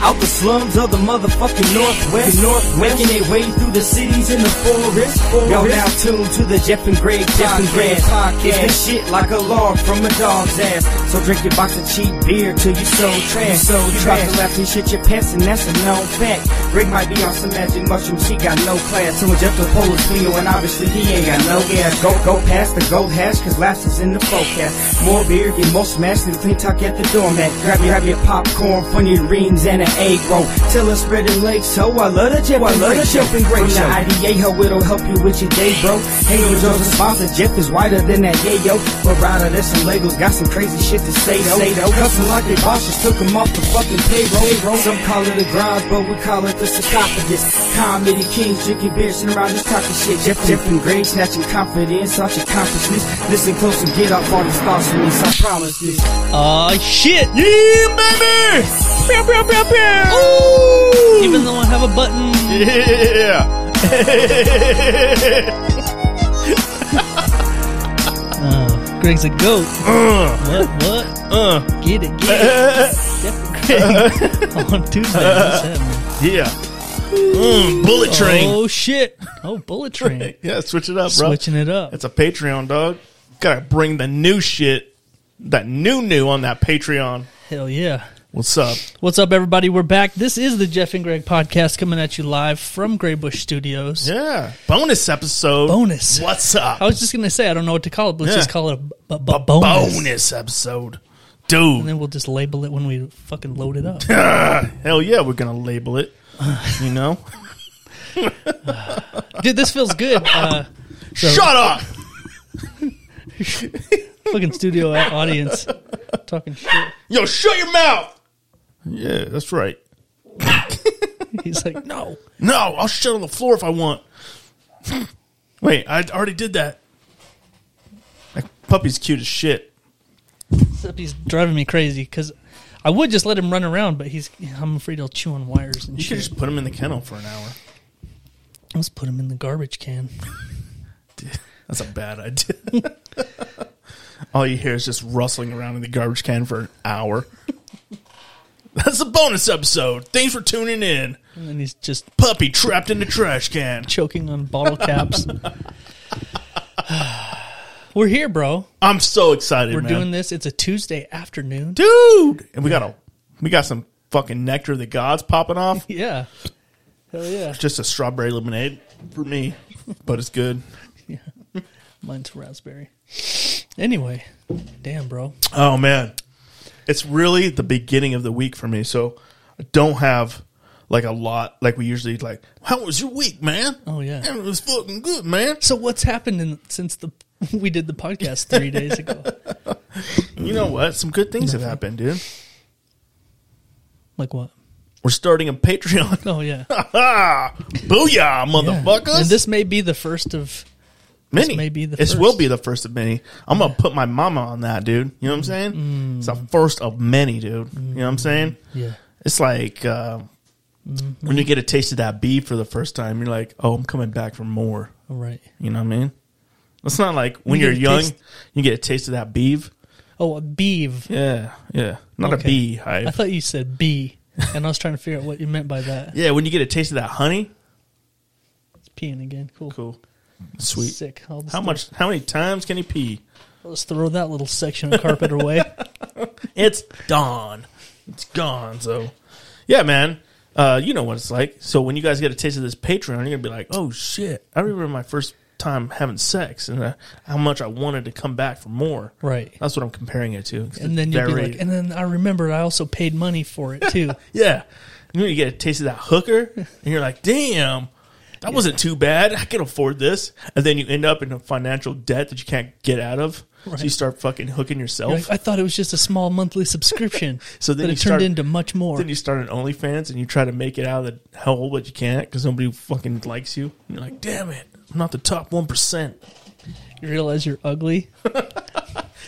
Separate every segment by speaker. Speaker 1: Out the slums of the motherfucking Northwest. Northwest. Making their way through the cities in the forest. forest. Y'all now tuned to the Jeff and Greg, Jeff and Greg podcast. It's this shit like a log from a dog's ass. So drink your box of cheap beer till you so trash. So you about to laugh and shit your pants and that's a known fact. Greg might be on some magic mushroom, she got no class. So when Jeff the pole is Cleo and obviously he ain't got no gas. Go, go past the gold hash cause laughs is in the forecast. More beer, get more smashed than clean talk at the doormat. Grab your, grab your popcorn, funny rings and an egg roll. Till it's spread and lake, so I love the Jeff
Speaker 2: I
Speaker 1: and
Speaker 2: love
Speaker 1: Greg
Speaker 2: the
Speaker 1: show.
Speaker 2: Jeff and Greg
Speaker 1: From
Speaker 2: show.
Speaker 1: the IDAO, it'll help you with your day, bro. Hey, with your sponsor, Jeff is whiter than that yayo. But rider, there's some labels, got some crazy shit to say though. Say though. Custom like they bosses took them off the fucking payroll. Some call it a grind, but we call it the sarcophagus. Comedy kings drinking beer, sitting around this type of shit. Jeff, Jeff and Greg snatching confidence out your consciousness. Listen close and get off all these thoughts from this, I promise this.
Speaker 3: Aw, shit!
Speaker 2: Yeah, baby! Pew, pew, pew, pew!
Speaker 3: Even though I have a button.
Speaker 2: Yeah!
Speaker 3: Uh, Greg's a goat. What? What?
Speaker 2: uh,
Speaker 3: Get it? Get it?
Speaker 2: uh,
Speaker 3: Jeff Greg on Tuesday. What's happening?
Speaker 2: yeah. Mm, bullet train.
Speaker 3: Oh shit! Oh, bullet train.
Speaker 2: Yeah, switch it up, bro.
Speaker 3: Switching it up.
Speaker 2: It's a Patreon, dog. Gotta bring the new shit, that new new on that Patreon.
Speaker 3: Hell yeah.
Speaker 2: What's up?
Speaker 3: What's up, everybody? We're back. This is the Jeff and Greg podcast coming at you live from Graybush Studios.
Speaker 2: Yeah, bonus episode.
Speaker 3: Bonus.
Speaker 2: What's up?
Speaker 3: I was just gonna say I don't know what to call it. But let's
Speaker 2: Yeah.
Speaker 3: just call it a, b- b- bonus.
Speaker 2: bonus episode,
Speaker 3: and
Speaker 2: dude.
Speaker 3: then we'll just label it when we fucking load it up.
Speaker 2: Hell yeah, we're gonna label it. You know?
Speaker 3: Dude, this feels good. Uh,
Speaker 2: Shut up.
Speaker 3: fucking studio a- audience talking shit.
Speaker 2: Yo, shut your mouth. Yeah, that's right.
Speaker 3: He's like, no.
Speaker 2: No, I'll shit on the floor if I want. Wait, I already did that. That puppy's cute as shit.
Speaker 3: Except he's driving me crazy because I would just let him run around, but he's I'm afraid he'll chew on wires and
Speaker 2: You should
Speaker 3: shit.
Speaker 2: just put him in the kennel for an hour.
Speaker 3: Let's put him in the garbage can.
Speaker 2: That's a bad idea. All you hear is just rustling around in the garbage can for an hour. That's the bonus episode. Thanks for tuning in.
Speaker 3: And then he's just
Speaker 2: Puppy trapped in the trash can.
Speaker 3: choking on bottle caps. We're here, bro.
Speaker 2: I'm so excited,
Speaker 3: We're
Speaker 2: man.
Speaker 3: doing this. It's a Tuesday afternoon.
Speaker 2: dude. And we got a we got some fucking nectar of the gods popping off.
Speaker 3: Yeah. Hell yeah.
Speaker 2: Just a strawberry lemonade for me, but it's good.
Speaker 3: Mine's raspberry. Anyway, damn, bro.
Speaker 2: Oh man, it's really the beginning of the week for me, so I don't have like a lot like we usually like. How was your week, man?
Speaker 3: Oh, yeah.
Speaker 2: it was fucking good, man.
Speaker 3: So what's happened in, since the we did the podcast three days ago?
Speaker 2: You know what? Some good things have happened, dude.
Speaker 3: Like what?
Speaker 2: We're starting a Patreon.
Speaker 3: Oh yeah,
Speaker 2: Booyah,
Speaker 3: Yeah.
Speaker 2: motherfuckers!
Speaker 3: And this may be the first of
Speaker 2: many.
Speaker 3: may be the
Speaker 2: this
Speaker 3: first.
Speaker 2: will be the first of many. I'm gonna put my mama on that, dude. You know what I'm saying? It's the first of many, dude. You know what I'm saying?
Speaker 3: Mm. yeah.
Speaker 2: It's like uh, when you get a taste of that beef for the first time, you're like, "Oh, I'm coming back for more."
Speaker 3: All right.
Speaker 2: You know what I mean? It's not like when
Speaker 3: You
Speaker 2: you are
Speaker 3: get a
Speaker 2: young,
Speaker 3: taste-
Speaker 2: you get a taste of that beef.
Speaker 3: Oh, a beeve.
Speaker 2: Yeah, yeah. Not
Speaker 3: Okay.
Speaker 2: a bee hive.
Speaker 3: I thought you said bee, and I was trying to figure out what you meant by that.
Speaker 2: yeah, when you get a taste of that honey,
Speaker 3: It's peeing again. Cool.
Speaker 2: cool, sweet.
Speaker 3: Sick. I'll just,
Speaker 2: How much? How many times can he pee?
Speaker 3: I'll just throw that little section of carpet away.
Speaker 2: It's gone. It's gone. So, yeah, man. Uh, you know what it's like. So when you guys get a taste of this Patreon, you're gonna be like, "Oh shit!" I remember my first time having sex and uh, how much I wanted to come back for more.
Speaker 3: Right.
Speaker 2: That's what I'm comparing it to. It's
Speaker 3: And then you'll
Speaker 2: very-
Speaker 3: be like, and then I remembered I also paid money for it too.
Speaker 2: Yeah. You know, you get a taste of that hooker, and you're like, damn, that wasn't too bad. I can afford this. And then you end up in a financial debt that you can't get out of.
Speaker 3: Right.
Speaker 2: So you start fucking hooking
Speaker 3: You're
Speaker 2: yourself.
Speaker 3: like, I thought it was just a small monthly subscription,
Speaker 2: So
Speaker 3: but
Speaker 2: then you
Speaker 3: it turned
Speaker 2: start-
Speaker 3: into much more.
Speaker 2: then you start an OnlyFans and you try to make it out of the hellhole, but you can't because nobody fucking likes you. And you're like, damn it, I'm not the top 1%.
Speaker 3: you realize you're ugly.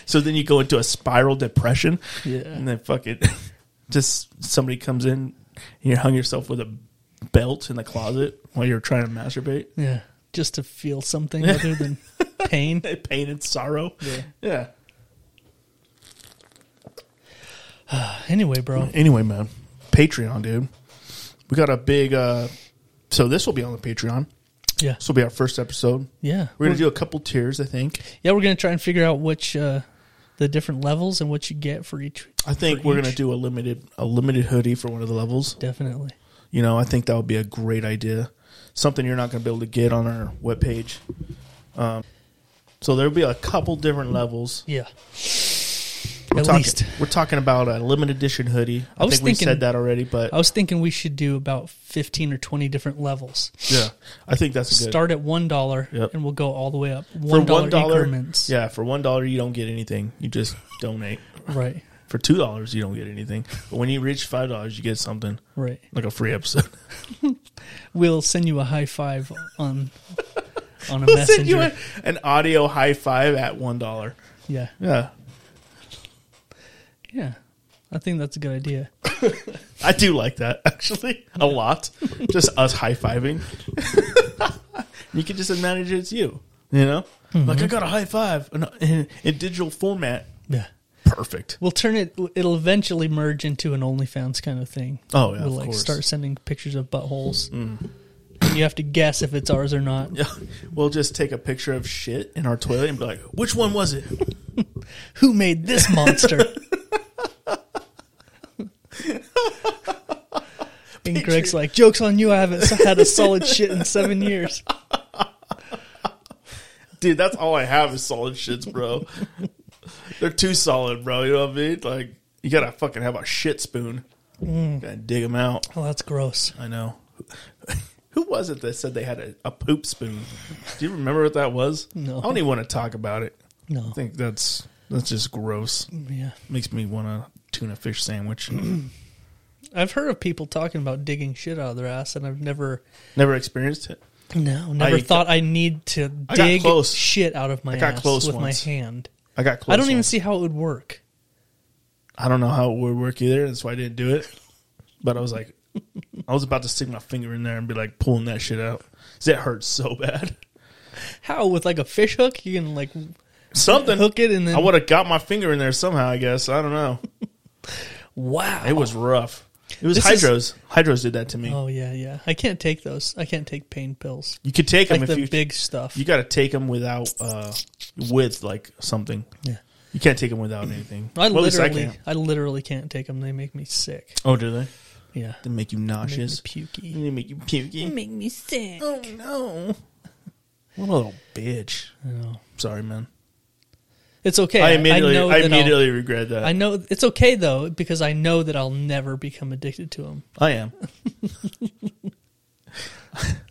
Speaker 2: So then you go into a spiral depression.
Speaker 3: Yeah.
Speaker 2: And then fucking just somebody comes in and you hung yourself with a belt in the closet while you're trying to masturbate.
Speaker 3: Yeah. Just to feel something other than pain.
Speaker 2: pain and sorrow. Yeah.
Speaker 3: Anyway, bro,
Speaker 2: Anyway, man, Patreon, dude. We got a big. uh So this will be on the Patreon.
Speaker 3: Yeah.
Speaker 2: This will be our first episode.
Speaker 3: Yeah.
Speaker 2: We're gonna do a couple tiers, I think.
Speaker 3: yeah, we're gonna try and figure out which uh, the different levels and what you get for each.
Speaker 2: I think
Speaker 3: for
Speaker 2: we're
Speaker 3: each.
Speaker 2: gonna do a limited a limited hoodie for one of the levels.
Speaker 3: definitely.
Speaker 2: You know, I think that would be a great idea. Something you're not going to be able to get on our webpage. Um, so there'll be a couple different levels.
Speaker 3: Yeah.
Speaker 2: We're
Speaker 3: At
Speaker 2: talking,
Speaker 3: least
Speaker 2: We're talking about a limited edition hoodie. I,
Speaker 3: I was
Speaker 2: think we
Speaker 3: thinking-
Speaker 2: said that already, but
Speaker 3: I was thinking we should do about fifteen or twenty different levels.
Speaker 2: yeah, I think that's a good.
Speaker 3: Start at one dollar
Speaker 2: Yep.
Speaker 3: and we'll go all the way up.
Speaker 2: for
Speaker 3: One dollar increments.
Speaker 2: Yeah, for one dollar you don't get anything. You just donate.
Speaker 3: Right.
Speaker 2: For two dollars you don't get anything, but when you reach five dollars you get something
Speaker 3: Right.
Speaker 2: like a free episode.
Speaker 3: We'll send you a high five on on a
Speaker 2: We'll
Speaker 3: messenger.
Speaker 2: send you a- an audio high five at one dollar.
Speaker 3: yeah.
Speaker 2: Yeah,
Speaker 3: Yeah. I think that's a good idea.
Speaker 2: I do like that actually a lot. just us high fiving. you can just imagine it's you. You know, like I got a high five in, in, in digital format.
Speaker 3: Yeah.
Speaker 2: Perfect.
Speaker 3: We'll turn it. It'll eventually merge into an OnlyFans kind of thing.
Speaker 2: Oh, yeah,
Speaker 3: we'll
Speaker 2: of
Speaker 3: like
Speaker 2: course. Mm.
Speaker 3: start sending pictures of buttholes. And you have to guess if it's ours or not.
Speaker 2: Yeah, we'll just take a picture of shit in our toilet and be like, "Which one was it?"
Speaker 3: Who made this monster? and Greg's like, "Jokes on you! I haven't had a solid shit in seven years."
Speaker 2: Dude, that's all I have is solid shits, bro. They're too solid, bro. You know what I mean? Like, you gotta fucking have a shit spoon. Gotta dig them out.
Speaker 3: Well, that's gross.
Speaker 2: I know. Who was it that said they had a, a poop spoon? Do you remember what that was?
Speaker 3: No.
Speaker 2: I don't even want to talk about it. I
Speaker 3: No.
Speaker 2: think that's that's just gross.
Speaker 3: Yeah,
Speaker 2: Makes me want a tuna fish sandwich.
Speaker 3: I've heard of people talking about digging shit out of their ass, and I've never,
Speaker 2: Never experienced it.
Speaker 3: no, never
Speaker 2: I-
Speaker 3: thought I need to
Speaker 2: I got
Speaker 3: dig
Speaker 2: close.
Speaker 3: shit out of my
Speaker 2: got
Speaker 3: ass
Speaker 2: close
Speaker 3: with
Speaker 2: once.
Speaker 3: my hand.
Speaker 2: I got close.
Speaker 3: I don't even
Speaker 2: once.
Speaker 3: see how it would work.
Speaker 2: I don't know how it would work either. That's why I didn't do it. But I was like, I was about to stick my finger in there and be like pulling that shit out. 'Cause It hurts so bad.
Speaker 3: How with like a fish hook you can like
Speaker 2: Something.
Speaker 3: hook it and
Speaker 2: I
Speaker 3: then
Speaker 2: would have got my finger in there somehow, I guess. I don't know.
Speaker 3: wow.
Speaker 2: It was rough. It was
Speaker 3: This is-
Speaker 2: Hydros. Hydros did that to me.
Speaker 3: Oh yeah, yeah. I can't take those. I can't take pain pills.
Speaker 2: You could take them
Speaker 3: Like
Speaker 2: if
Speaker 3: the
Speaker 2: you
Speaker 3: big stuff.
Speaker 2: you got to take them without uh with like something.
Speaker 3: yeah.
Speaker 2: You can't take them without anything.
Speaker 3: I
Speaker 2: Well, at least
Speaker 3: literally,
Speaker 2: can't.
Speaker 3: I, literally can't take them. They make me sick.
Speaker 2: Oh, do they?
Speaker 3: Yeah,
Speaker 2: They make you
Speaker 3: they make me
Speaker 2: nauseous.
Speaker 3: pukey.
Speaker 2: They make you pukey.
Speaker 3: make me sick.
Speaker 2: Oh no! What a little bitch. Sorry, man.
Speaker 3: It's okay.
Speaker 2: I immediately,
Speaker 3: know
Speaker 2: I,
Speaker 3: that I'll-
Speaker 2: immediately regret that.
Speaker 3: I
Speaker 2: I,
Speaker 3: know it's okay though because I know that I'll never become addicted to them.
Speaker 2: am.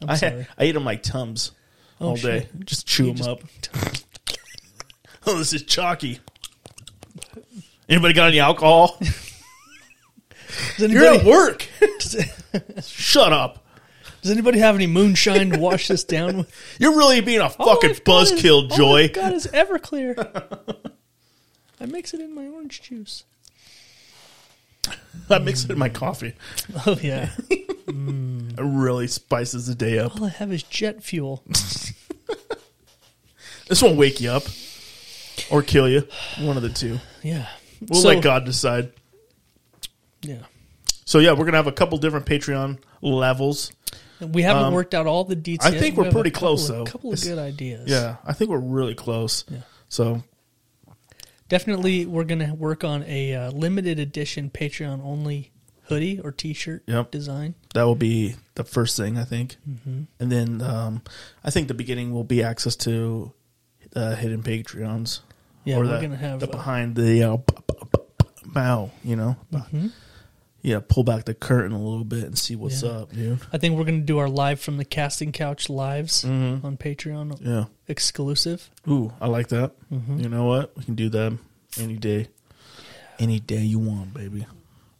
Speaker 3: I'm
Speaker 2: I,
Speaker 3: sorry.
Speaker 2: I eat them like tums
Speaker 3: Oh,
Speaker 2: all day. Just chew them
Speaker 3: just-
Speaker 2: up. oh, this is chalky. Anybody got any alcohol?
Speaker 3: Does
Speaker 2: You're at
Speaker 3: anybody,
Speaker 2: work.
Speaker 3: does,
Speaker 2: Shut up.
Speaker 3: does anybody have any moonshine to wash this down with?
Speaker 2: You're really being a
Speaker 3: All
Speaker 2: fucking
Speaker 3: I've got is-
Speaker 2: buzzkill,
Speaker 3: All
Speaker 2: Joy.
Speaker 3: I've got is Everclear. I mix it in my orange juice.
Speaker 2: I mix it in my coffee.
Speaker 3: Oh yeah.
Speaker 2: It really spices the day up.
Speaker 3: All I have is jet fuel.
Speaker 2: This won't wake you up or kill you. One of the two.
Speaker 3: Yeah.
Speaker 2: We'll
Speaker 3: So-
Speaker 2: let God decide.
Speaker 3: Yeah.
Speaker 2: So yeah, we're gonna have a couple different Patreon levels.
Speaker 3: We haven't worked out all the details.
Speaker 2: Um, I think we're pretty close,
Speaker 3: A
Speaker 2: though.
Speaker 3: couple of
Speaker 2: It's-
Speaker 3: good ideas.
Speaker 2: Yeah, I think we're really close.
Speaker 3: Yeah.
Speaker 2: So
Speaker 3: Definitely, we're gonna work on a uh, limited edition Patreon only hoodie or T-shirt
Speaker 2: Yep.
Speaker 3: design.
Speaker 2: that will be the first thing I think,
Speaker 3: Mm-hmm.
Speaker 2: and then um, I think the beginning will be access to uh, hidden Patreons.
Speaker 3: Yeah, we're
Speaker 2: the,
Speaker 3: gonna have
Speaker 2: the
Speaker 3: uh,
Speaker 2: behind the uh, p- p- p- p- bow. You know,
Speaker 3: Mm-hmm.
Speaker 2: yeah, pull back the curtain a little bit and see what's
Speaker 3: Yeah.
Speaker 2: up, dude.
Speaker 3: I think we're gonna do our live from the casting couch lives
Speaker 2: Mm-hmm.
Speaker 3: on Patreon
Speaker 2: Yeah.
Speaker 3: exclusive.
Speaker 2: Ooh, I like that.
Speaker 3: Mm-hmm.
Speaker 2: You know what? We can do that any day, any day you want, baby.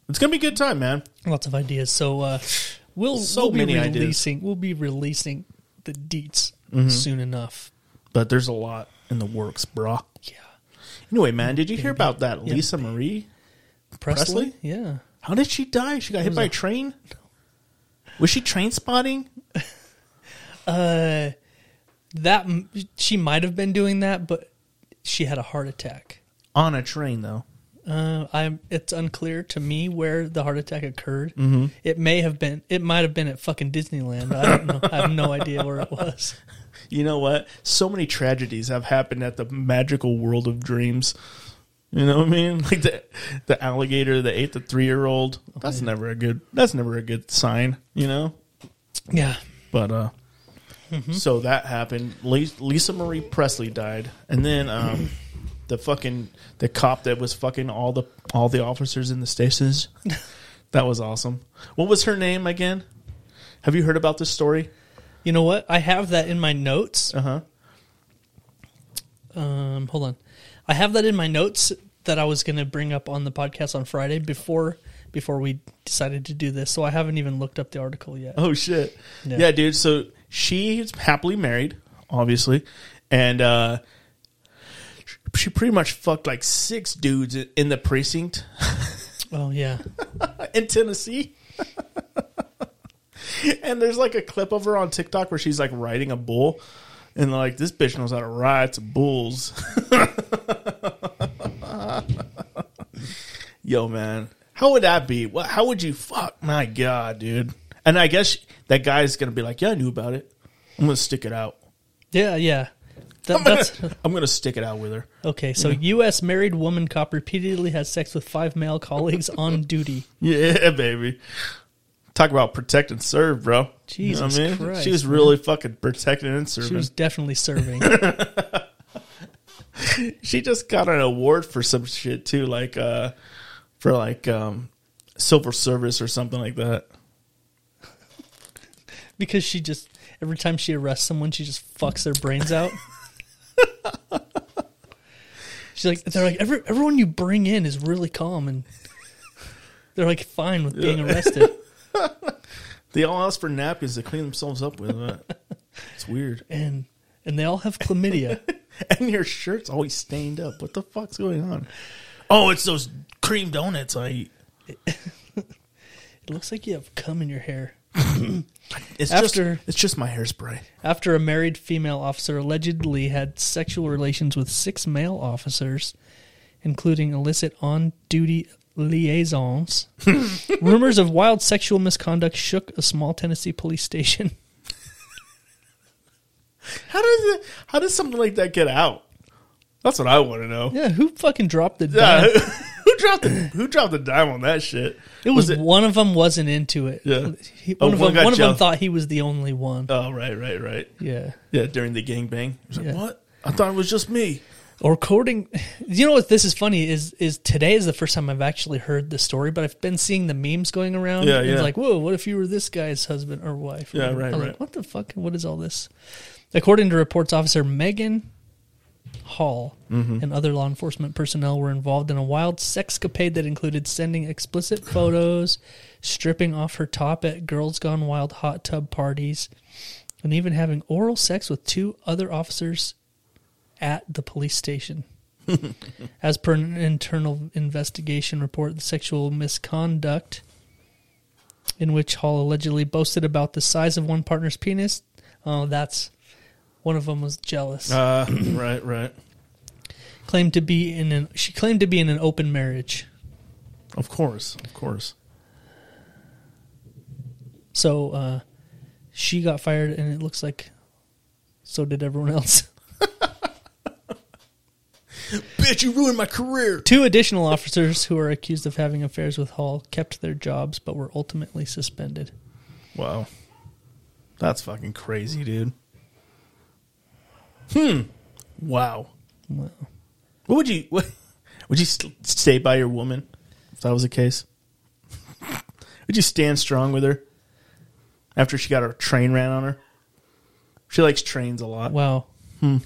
Speaker 2: It's gonna be a good time, man.
Speaker 3: Lots of ideas. So uh, we'll
Speaker 2: So
Speaker 3: we'll be
Speaker 2: many ideas. Mm-hmm.
Speaker 3: releasing we'll be releasing the deets soon enough.
Speaker 2: But there's a lot in the works, brah.
Speaker 3: Yeah,
Speaker 2: Anyway, man, did you hear about that
Speaker 3: Yeah.
Speaker 2: Lisa Marie?
Speaker 3: Presley.
Speaker 2: Presley?
Speaker 3: Yeah,
Speaker 2: How did she die? She got hit by a train. Was she train spotting?
Speaker 3: uh, that m- she might have been doing that, but she had a heart attack.
Speaker 2: On a train, though.
Speaker 3: Uh, I'm. It's unclear to me where the heart attack occurred. It may have been. It might have been at fucking Disneyland. but I don't know. I have no idea where it was.
Speaker 2: You know what? So many tragedies have happened at the magical world of dreams. You know what I mean? Like the the alligator that ate the three year old. That's never a good. That's never a good sign. You know.
Speaker 3: Yeah.
Speaker 2: But uh, so that happened. Le- Lisa Marie Presley died, and then um, the fucking the cop that was fucking all the all the officers in the stations. that was awesome. What was her name again? Have you heard about this story?
Speaker 3: You know what? I have that in my notes.
Speaker 2: Uh huh.
Speaker 3: Um, hold on. I have that in my notes that I was going to bring up on the podcast on Friday before before we decided to do this. So I haven't even looked up the article yet.
Speaker 2: Oh shit.
Speaker 3: Yeah.
Speaker 2: Yeah. dude. So she's happily married, obviously, and uh, she pretty much fucked like six dudes i- in the precinct
Speaker 3: Oh yeah.
Speaker 2: in Tennessee. and there's like a clip of her on TikTok where she's like riding a bull, and like this bitch knows how to ride to bulls. Yo, man, how would that be? What? How would you? Fuck my god, dude. And I guess that guy's gonna be like, "Yeah, I knew about it. I'm gonna stick it out.
Speaker 3: Yeah, yeah. That,
Speaker 2: I'm gonna,
Speaker 3: that's
Speaker 2: I'm gonna stick it out with her."
Speaker 3: okay. So U.S. married woman cop repeatedly has sex with five male colleagues on duty.
Speaker 2: Yeah, baby. Talk about protect and serve, bro. You know what
Speaker 3: Jesus Christ,
Speaker 2: She was really fucking protecting and serving.
Speaker 3: She was definitely serving.
Speaker 2: she just got an award for some shit too, like uh for like um silver service or something like that.
Speaker 3: because she just every time she arrests someone, she just fucks their brains out. She's like, they're like, every, everyone you bring in is really calm, and they're like fine with being arrested.
Speaker 2: They all ask for napkins to clean themselves up with. but it's weird.
Speaker 3: and and they all have chlamydia.
Speaker 2: And your shirt's always stained up. What the fuck's going on? Oh, it's those cream donuts I eat.
Speaker 3: it looks like you have cum in your hair.
Speaker 2: It's
Speaker 3: After-
Speaker 2: just it's just my hairspray.
Speaker 3: After a married female officer allegedly had sexual relations with six male officers, including illicit on duty liaisons, rumors of wild sexual misconduct shook a small Tennessee police station.
Speaker 2: How does it how does something like that get out? That's what I want to know.
Speaker 3: Yeah, who fucking dropped the
Speaker 2: Yeah,
Speaker 3: dime?
Speaker 2: who, who dropped the who dropped the dime on that shit?
Speaker 3: It was, one of them wasn't into it.
Speaker 2: Yeah.
Speaker 3: He-
Speaker 2: Oh,
Speaker 3: one of
Speaker 2: one
Speaker 3: them,
Speaker 2: got
Speaker 3: one of them
Speaker 2: jealous.
Speaker 3: thought he was the only one.
Speaker 2: Oh right, right, right.
Speaker 3: yeah.
Speaker 2: Yeah, during the gangbang. He's like,
Speaker 3: Yeah.
Speaker 2: What? I thought it was just me.
Speaker 3: Or coding. You know what? This is funny. Is is today is the first time I've actually heard the story, but I've been seeing the memes going around.
Speaker 2: Yeah,
Speaker 3: and It's
Speaker 2: yeah.
Speaker 3: like, whoa, what if you were this guy's husband or wife? or
Speaker 2: Yeah,
Speaker 3: whatever.
Speaker 2: right,
Speaker 3: I was
Speaker 2: right.
Speaker 3: Like, what the fuck? What is all this? According to reports, Officer Megan Hall
Speaker 2: Mm-hmm.
Speaker 3: and other law enforcement personnel were involved in a wild sexcapade that included sending explicit photos, stripping off her top at Girls Gone Wild hot tub parties, and even having oral sex with two other officers at the police station. As per an internal investigation report, the sexual misconduct in which Hall allegedly boasted about the size of one partner's penis. Oh, that's one of them was jealous.
Speaker 2: Uh, right, right.
Speaker 3: claimed to be in an she claimed to be in an open marriage.
Speaker 2: Of course, of course.
Speaker 3: So uh, she got fired, and it looks like so did everyone else.
Speaker 2: Bitch, you ruined my career.
Speaker 3: Two additional officers who are accused of having affairs with Hall kept their jobs, but were ultimately suspended.
Speaker 2: Wow, that's fucking crazy, dude. Hmm. Wow.
Speaker 3: Wow.
Speaker 2: What would you? What, would you st- stay by your woman if that was the case? would you stand strong with her after she got her train ran on her? She likes trains a lot.
Speaker 3: Wow.
Speaker 2: Hmm.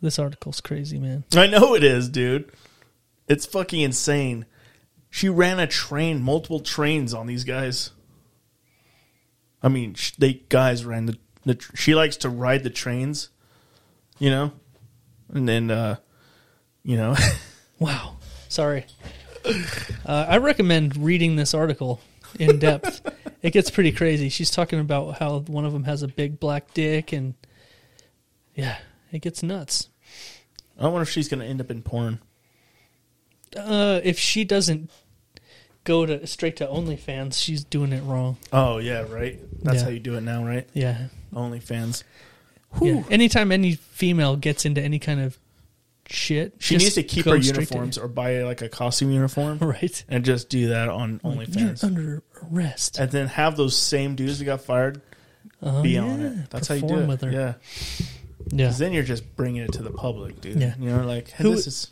Speaker 3: This article's crazy, man.
Speaker 2: I know it is, dude. It's fucking insane. She ran a train, multiple trains on these guys. I mean, sh- they guys ran the, the. tr- She likes to ride the trains, you know, and then, uh you know,
Speaker 3: Wow. Sorry. Uh, I recommend reading this article in depth. it gets pretty crazy. She's talking about how one of them has a big black dick, and yeah, it gets nuts.
Speaker 2: I wonder if she's gonna end up in porn.
Speaker 3: uh, if she doesn't go to straight to OnlyFans, she's doing it wrong.
Speaker 2: Oh yeah, right. That's
Speaker 3: Yeah.
Speaker 2: how you do it now, right?
Speaker 3: Yeah.
Speaker 2: OnlyFans.
Speaker 3: Yeah.
Speaker 2: Whew.
Speaker 3: Anytime any female gets into any kind of shit,
Speaker 2: She
Speaker 3: just
Speaker 2: needs to keep
Speaker 3: go
Speaker 2: her
Speaker 3: straight to-
Speaker 2: uniforms or buy like a costume uniform
Speaker 3: right?
Speaker 2: and just do that on
Speaker 3: You're
Speaker 2: OnlyFans.
Speaker 3: under arrest.
Speaker 2: and then have those same dudes that got fired
Speaker 3: Oh,
Speaker 2: be on
Speaker 3: yeah.
Speaker 2: it. That's how you do
Speaker 3: Perform
Speaker 2: it.
Speaker 3: with her.
Speaker 2: Yeah.
Speaker 3: Yeah.
Speaker 2: 'Cause then you're just bringing it to the public, dude.
Speaker 3: Yeah.
Speaker 2: You know, like, hey,
Speaker 3: Who-
Speaker 2: this is.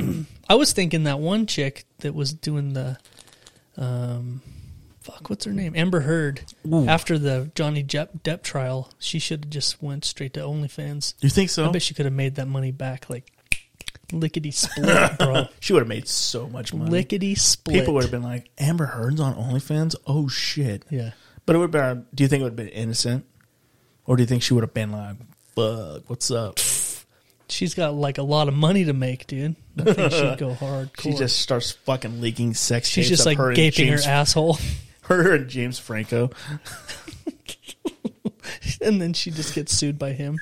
Speaker 3: I was thinking that one chick that was doing the, um, fuck, what's her name? Amber Heard. After the Johnny Depp, Depp trial, she should have just went straight to OnlyFans.
Speaker 2: You think so?
Speaker 3: I bet she could have made that money back like lickety split, bro.
Speaker 2: She would have made so much money.
Speaker 3: lickety split.
Speaker 2: People would have been like, Amber Heard's on OnlyFans? Oh, shit.
Speaker 3: Yeah.
Speaker 2: But it would have been, do you think it would have been innocent? Or do you think she would have been like, fuck, what's up?
Speaker 3: She's got like a lot of money to make, dude. I think she'd go hardcore.
Speaker 2: She just starts fucking leaking sex
Speaker 3: She's
Speaker 2: tapes
Speaker 3: just
Speaker 2: of
Speaker 3: like
Speaker 2: her and
Speaker 3: gaping her
Speaker 2: James-
Speaker 3: asshole,
Speaker 2: her and James Franco.
Speaker 3: and then she just gets sued by him.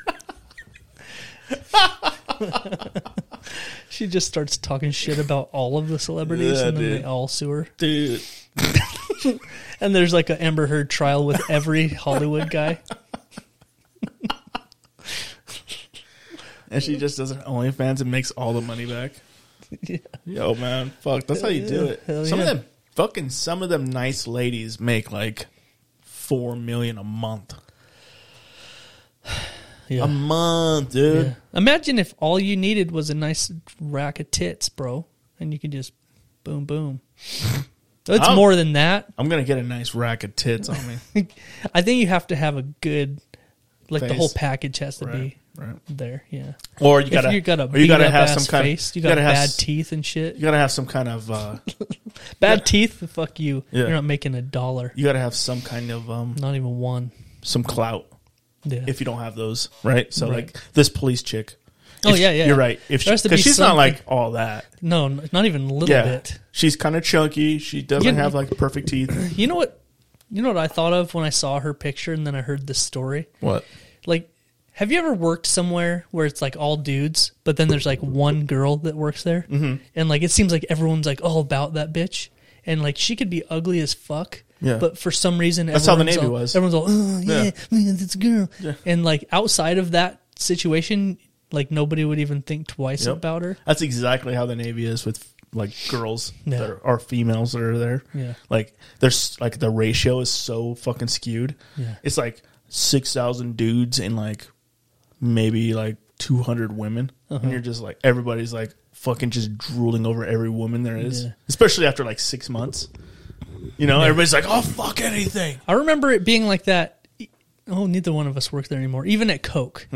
Speaker 3: she just starts talking shit about all of the celebrities,
Speaker 2: Yeah,
Speaker 3: and then
Speaker 2: dude.
Speaker 3: they all sue her.
Speaker 2: Dude.
Speaker 3: And there's like an Amber Heard trial with every Hollywood guy.
Speaker 2: And she just does her OnlyFans and makes all the money back.
Speaker 3: Yeah.
Speaker 2: Yo, man, fuck. That's how you do it.
Speaker 3: Hell
Speaker 2: some of
Speaker 3: yeah.
Speaker 2: them, fucking, some of them nice ladies make like four million a month.
Speaker 3: Yeah.
Speaker 2: A month, dude.
Speaker 3: Yeah. Imagine if all you needed was a nice rack of tits, bro, and you could just boom, boom. It's
Speaker 2: Oh.
Speaker 3: more than that.
Speaker 2: I'm gonna get a nice rack of tits on me.
Speaker 3: I think you have to have a good, like the
Speaker 2: Face.
Speaker 3: whole package has to
Speaker 2: right,
Speaker 3: be
Speaker 2: right.
Speaker 3: there. Yeah.
Speaker 2: Or you
Speaker 3: If
Speaker 2: gotta,
Speaker 3: you got a
Speaker 2: or you gotta
Speaker 3: beat up
Speaker 2: have
Speaker 3: ass
Speaker 2: some kind
Speaker 3: face,
Speaker 2: of,
Speaker 3: you got
Speaker 2: have
Speaker 3: bad
Speaker 2: s-
Speaker 3: teeth and shit.
Speaker 2: You gotta have some kind of, uh,
Speaker 3: bad teeth, fuck you.
Speaker 2: Yeah.
Speaker 3: You're not making a dollar,
Speaker 2: you gotta have some kind of, um,
Speaker 3: not even one.
Speaker 2: some clout.
Speaker 3: Yeah.
Speaker 2: If you don't have those, right? So
Speaker 3: Right.
Speaker 2: like this police chick.
Speaker 3: Oh,
Speaker 2: If-
Speaker 3: yeah, yeah.
Speaker 2: You're right. If
Speaker 3: There
Speaker 2: she,
Speaker 3: has to be
Speaker 2: because she's
Speaker 3: something.
Speaker 2: not like all that.
Speaker 3: no, n- not even a little
Speaker 2: yeah,
Speaker 3: bit.
Speaker 2: she's kind of chunky. She doesn't
Speaker 3: You-
Speaker 2: have like perfect teeth.
Speaker 3: You know what? You know what I thought of when I saw her picture and then I heard this story.
Speaker 2: What?
Speaker 3: Like, have you ever worked somewhere where it's like all dudes, but then there's like one girl that works there, mm-hmm. and like it seems like everyone's like all about that bitch, and like she could be ugly as fuck.
Speaker 2: Yeah.
Speaker 3: But for some reason,
Speaker 2: That's how the
Speaker 3: everyone's
Speaker 2: Navy
Speaker 3: all-
Speaker 2: was.
Speaker 3: Everyone's all, oh, yeah,
Speaker 2: Yeah.
Speaker 3: look at this girl. And like outside of that situation, like nobody would even think twice
Speaker 2: Yep.
Speaker 3: about her.
Speaker 2: That's exactly how the Navy is with like girls
Speaker 3: Yeah.
Speaker 2: that are, are females that are there.
Speaker 3: Yeah.
Speaker 2: Like there's like the ratio is so fucking skewed.
Speaker 3: Yeah.
Speaker 2: It's like six thousand dudes and like maybe like two hundred women.
Speaker 3: Uh-huh.
Speaker 2: And you're just like everybody's like fucking just drooling over every woman there is.
Speaker 3: Yeah.
Speaker 2: Especially after like six months. You know, everybody's like, Oh fuck anything.
Speaker 3: I remember it being like that. Oh, neither one of us worked there anymore. Even at Coke,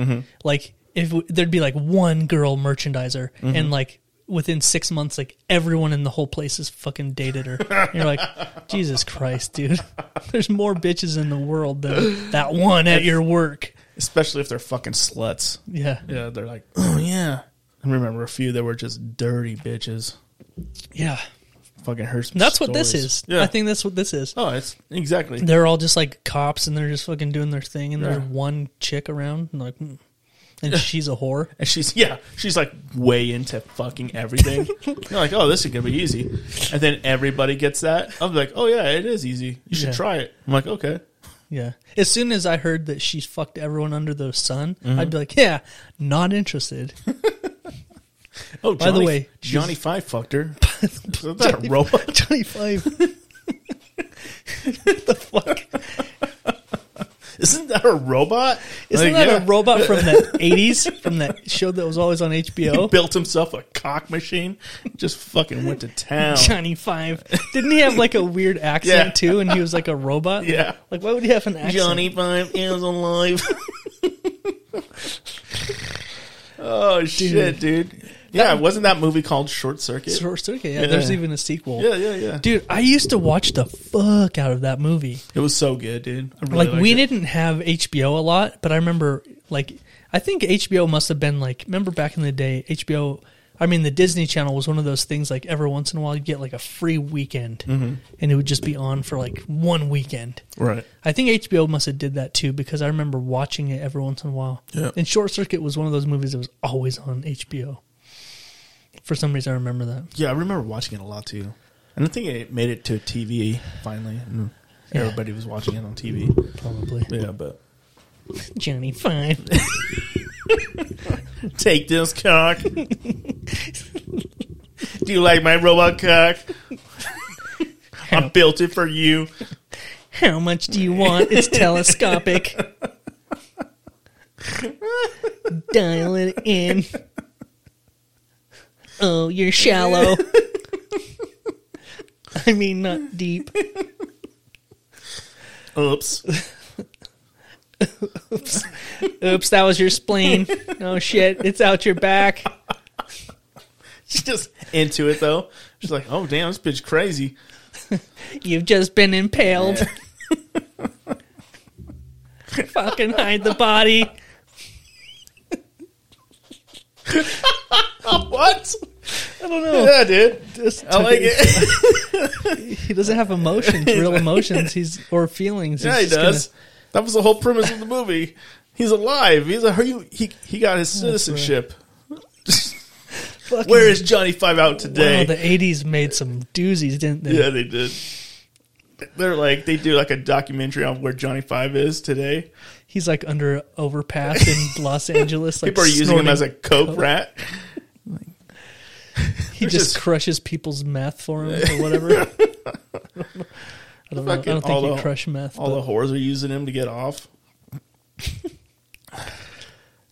Speaker 3: like if w- there'd be like one girl merchandiser, and like within six months, like everyone in the whole place has fucking dated her. And you're like, Jesus Christ, dude. There's more bitches in the world than that one at your work.
Speaker 2: Especially if they're fucking sluts.
Speaker 3: Yeah,
Speaker 2: Yeah, they're like, Oh yeah. I remember a few that were just dirty bitches.
Speaker 3: yeah.
Speaker 2: Fucking hurts.
Speaker 3: And that's what this is. I think that's what this is.
Speaker 2: Oh, it's exactly.
Speaker 3: They're all just like cops, and they're just fucking doing their thing. And
Speaker 2: Yeah.
Speaker 3: there's one chick around, and like, hmm. and she's a whore.
Speaker 2: And she's yeah, she's like way into fucking everything. You're like, oh, this is gonna be easy. And then everybody gets that. I'm like, oh yeah, it is easy. You should
Speaker 3: Yeah.
Speaker 2: try it. I'm like, okay,
Speaker 3: Yeah. As soon as I heard that she's fucked everyone under the sun,
Speaker 2: Mm-hmm.
Speaker 3: I'd be like, yeah, not interested.
Speaker 2: Oh,
Speaker 3: By the
Speaker 2: Johnny-
Speaker 3: way,
Speaker 2: Johnny Five fucked her. Isn't that a robot?
Speaker 3: Johnny Five.
Speaker 2: Isn't that a robot?
Speaker 3: Isn't
Speaker 2: Like,
Speaker 3: that a
Speaker 2: yeah.
Speaker 3: robot from the 80s? From that show that was always on
Speaker 2: He
Speaker 3: HBO?
Speaker 2: built himself a cock machine. Just fucking went to town.
Speaker 3: Johnny Five. Didn't he have like a weird accent
Speaker 2: Yeah.
Speaker 3: too? And he was like a robot?
Speaker 2: Yeah.
Speaker 3: Like, why would he have an accent?
Speaker 2: Johnny Five is alive. oh shit, dude. Yeah, wasn't that movie called Short Circuit?
Speaker 3: Short Circuit. Yeah,
Speaker 2: Yeah.
Speaker 3: there's even a sequel.
Speaker 2: Yeah, yeah, yeah.
Speaker 3: Dude, I used to watch the fuck out of that movie.
Speaker 2: It was so good, dude. I really
Speaker 3: like we
Speaker 2: liked it.
Speaker 3: didn't have HBO a lot, but I remember like I think HBO must have been like remember back in the day HBO I mean the Disney Channel was one of those things like every once in a while you'd get like a free weekend
Speaker 2: Mm-hmm.
Speaker 3: and it would just be on for like one weekend.
Speaker 2: Right.
Speaker 3: I think HBO must have did that too because I remember watching it every once in a while.
Speaker 2: Yeah.
Speaker 3: And Short Circuit was one of those movies that was always on HBO. For some reason, I remember that.
Speaker 2: Yeah, I remember watching it a lot too. And I think it made it to TV finally. And
Speaker 3: Yeah.
Speaker 2: Everybody was watching it on TV.
Speaker 3: Probably.
Speaker 2: Yeah, but
Speaker 3: Johnny Five.
Speaker 2: take this cock. Do you like my robot cock? I built it for you.
Speaker 3: How much do you want? It's telescopic. Dial it in. Oh, you're shallow. I mean, not deep.
Speaker 2: Oops.
Speaker 3: Oops, that was your spleen. Oh shit, it's out your back.
Speaker 2: She's just into it though. She's like, oh damn, this bitch crazy.
Speaker 3: You've just been impaled. Fucking hide the body.
Speaker 2: What?
Speaker 3: I don't know.
Speaker 2: Yeah, dude. I like it.
Speaker 3: He doesn't have emotions, real emotions. He's or feelings.
Speaker 2: yeah, he
Speaker 3: He's just
Speaker 2: does. That was the whole premise of the movie. He's alive. He's a he. He, he got his citizenship.
Speaker 3: gonna fucking-
Speaker 2: Where is Johnny Five out
Speaker 3: Wow,
Speaker 2: today?
Speaker 3: the '80s made some doozies, didn't they?
Speaker 2: yeah, they did. They're like they do like a documentary on where Johnny Five is today.
Speaker 3: He's like under a overpass in Los Angeles. Like
Speaker 2: People are using him
Speaker 3: snorting-
Speaker 2: as a coke rat.
Speaker 3: He just
Speaker 2: just-
Speaker 3: crushes people's meth for him or whatever. I don't know. I
Speaker 2: Fucking
Speaker 3: don't
Speaker 2: all
Speaker 3: think you
Speaker 2: the-
Speaker 3: crush meth.
Speaker 2: All the whores are using him to get off.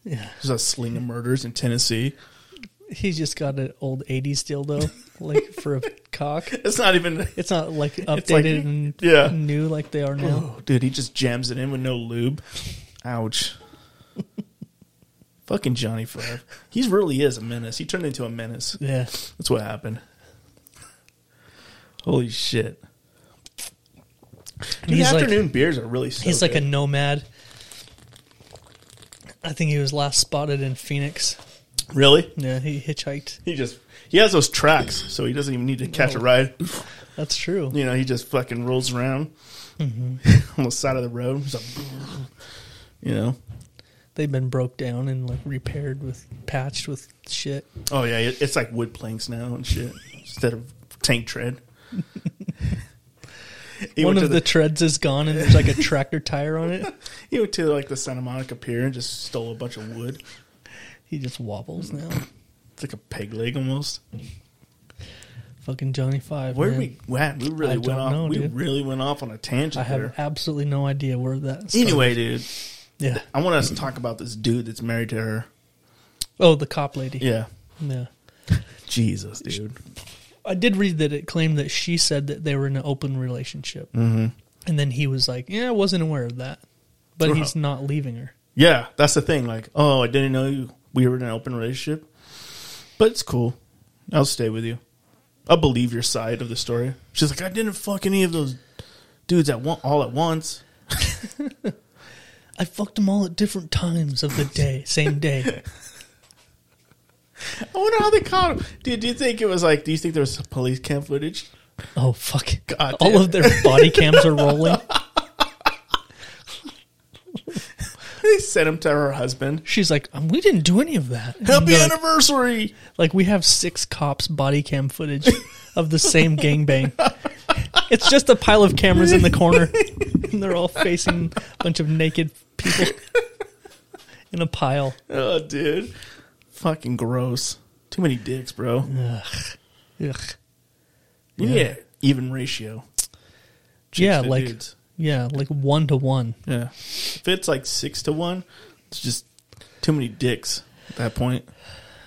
Speaker 3: Yeah.
Speaker 2: There's a sling of murders in Tennessee.
Speaker 3: but He's just got an old '80s dildo, like for a cock.
Speaker 2: It's not even.
Speaker 3: It's not like updated
Speaker 2: like-
Speaker 3: and
Speaker 2: yeah.
Speaker 3: new like they are now.
Speaker 2: Oh, dude, he just jams it in with no lube. Ouch. Fucking Johnny Five. He really is a menace. He turned into a menace.
Speaker 3: Yeah.
Speaker 2: That's what happened. Holy shit. Dude,
Speaker 3: He's like-
Speaker 2: afternoon beers are really so
Speaker 3: He's like a
Speaker 2: good.
Speaker 3: nomad. I think he was last spotted in Phoenix.
Speaker 2: Really?
Speaker 3: Yeah, he hitchhiked.
Speaker 2: He just he has those tracks, so he doesn't even need to catch a ride.
Speaker 3: That's true.
Speaker 2: You know, he just fucking rolls around on the side of the road. He's like, you know.
Speaker 3: They've been broke down and like repaired with patched with shit.
Speaker 2: Oh yeah, it- it's like wood planks now and shit instead of tank tread. he
Speaker 3: One
Speaker 2: went to
Speaker 3: of the, treads is gone and there's like a tractor tire on it.
Speaker 2: he went to like the Santa Monica Pier and just stole a bunch of wood.
Speaker 3: He just wobbles now.
Speaker 2: It's like a peg leg almost.
Speaker 3: Fucking Johnny Five.
Speaker 2: Where
Speaker 3: man.
Speaker 2: we went? We
Speaker 3: I
Speaker 2: really
Speaker 3: don't
Speaker 2: went off.
Speaker 3: know,
Speaker 2: we
Speaker 3: dude.
Speaker 2: really went off on a
Speaker 3: I
Speaker 2: tangent
Speaker 3: have
Speaker 2: there.
Speaker 3: absolutely no idea where that. started.
Speaker 2: Anyway, dude,
Speaker 3: yeah.
Speaker 2: I want us to talk about this dude that's married to her.
Speaker 3: Oh, the cop lady.
Speaker 2: Yeah,
Speaker 3: yeah.
Speaker 2: Jesus, dude.
Speaker 3: I did read that it claimed that she said that they were in an open relationship,
Speaker 2: Mm-hmm.
Speaker 3: and then he was like, "Yeah, I wasn't aware of that," but
Speaker 2: Right.
Speaker 3: he's not leaving her.
Speaker 2: Yeah, that's the thing. Like, oh, I didn't know you, we were in an open relationship, but it's cool. I'll stay with you. I believe your side of the story. She's like, I didn't fuck any of those dudes at one, all at once.
Speaker 3: I fucked them all at different times of the day, same day.
Speaker 2: I wonder how they caught him. Dude, do you think it was like? Do you think there was police cam footage?
Speaker 3: Oh fuck!
Speaker 2: God
Speaker 3: all
Speaker 2: damn
Speaker 3: of their body cams are rolling.
Speaker 2: They sent him to her husband.
Speaker 3: She's like, um, "We didn't do any of that." And
Speaker 2: Happy
Speaker 3: they're like,
Speaker 2: anniversary!
Speaker 3: Like we have six cops body cam footage of the same gangbang. It's just a pile of cameras in the corner, and they're all facing a bunch of naked people in a pile.
Speaker 2: Oh, dude, fucking gross. Too many dicks, bro.
Speaker 3: Ugh.
Speaker 2: You need an even ratio. Chicks
Speaker 3: Yeah,
Speaker 2: to
Speaker 3: like
Speaker 2: dudes.
Speaker 3: yeah, like one to one.
Speaker 2: Yeah. If it's like six to one, it's just too many dicks at that point.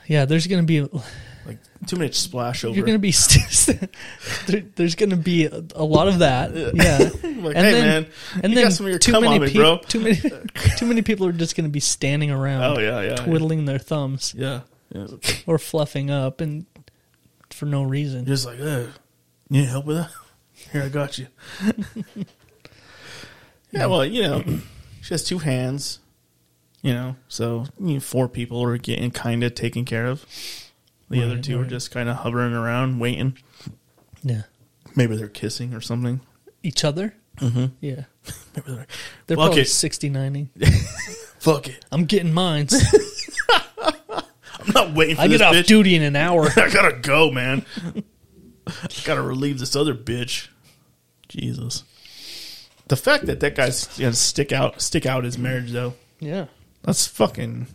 Speaker 3: Yeah, there's gonna be
Speaker 2: Like too much splash over.
Speaker 3: you're gonna be st- there, there's gonna be a, a lot of that. Yeah,
Speaker 2: like, hey man,
Speaker 3: and
Speaker 2: you
Speaker 3: then
Speaker 2: got some of your
Speaker 3: too
Speaker 2: cum
Speaker 3: many
Speaker 2: on me,
Speaker 3: peop-
Speaker 2: bro.
Speaker 3: Too many too many people are just gonna be standing around.
Speaker 2: Oh yeah, yeah,
Speaker 3: twiddling their thumbs
Speaker 2: yeah. yeah. yeah.
Speaker 3: or fluffing up and for no reason.
Speaker 2: Just like, hey, you need help with that? Here, I got you. yeah, well, you know, she has two hands. You know, so you know, four people are getting kind of taken care of. The other
Speaker 3: Right,
Speaker 2: two are
Speaker 3: right.
Speaker 2: just kind of hovering around, waiting.
Speaker 3: Yeah.
Speaker 2: Maybe they're kissing or something.
Speaker 3: Each other? Mm-hmm. Yeah.
Speaker 2: Maybe they're like,
Speaker 3: They're
Speaker 2: Fuck
Speaker 3: probably
Speaker 2: it.
Speaker 3: 69
Speaker 2: fuck it.
Speaker 3: I'm getting mines.
Speaker 2: I'm waiting for
Speaker 3: I
Speaker 2: this
Speaker 3: get off
Speaker 2: bitch.
Speaker 3: duty in an hour.
Speaker 2: I gotta go, man. gotta relieve this other bitch. Jesus. The fact that that guy's gonna stick out, stick out his marriage though,
Speaker 3: yeah,
Speaker 2: that's fucking.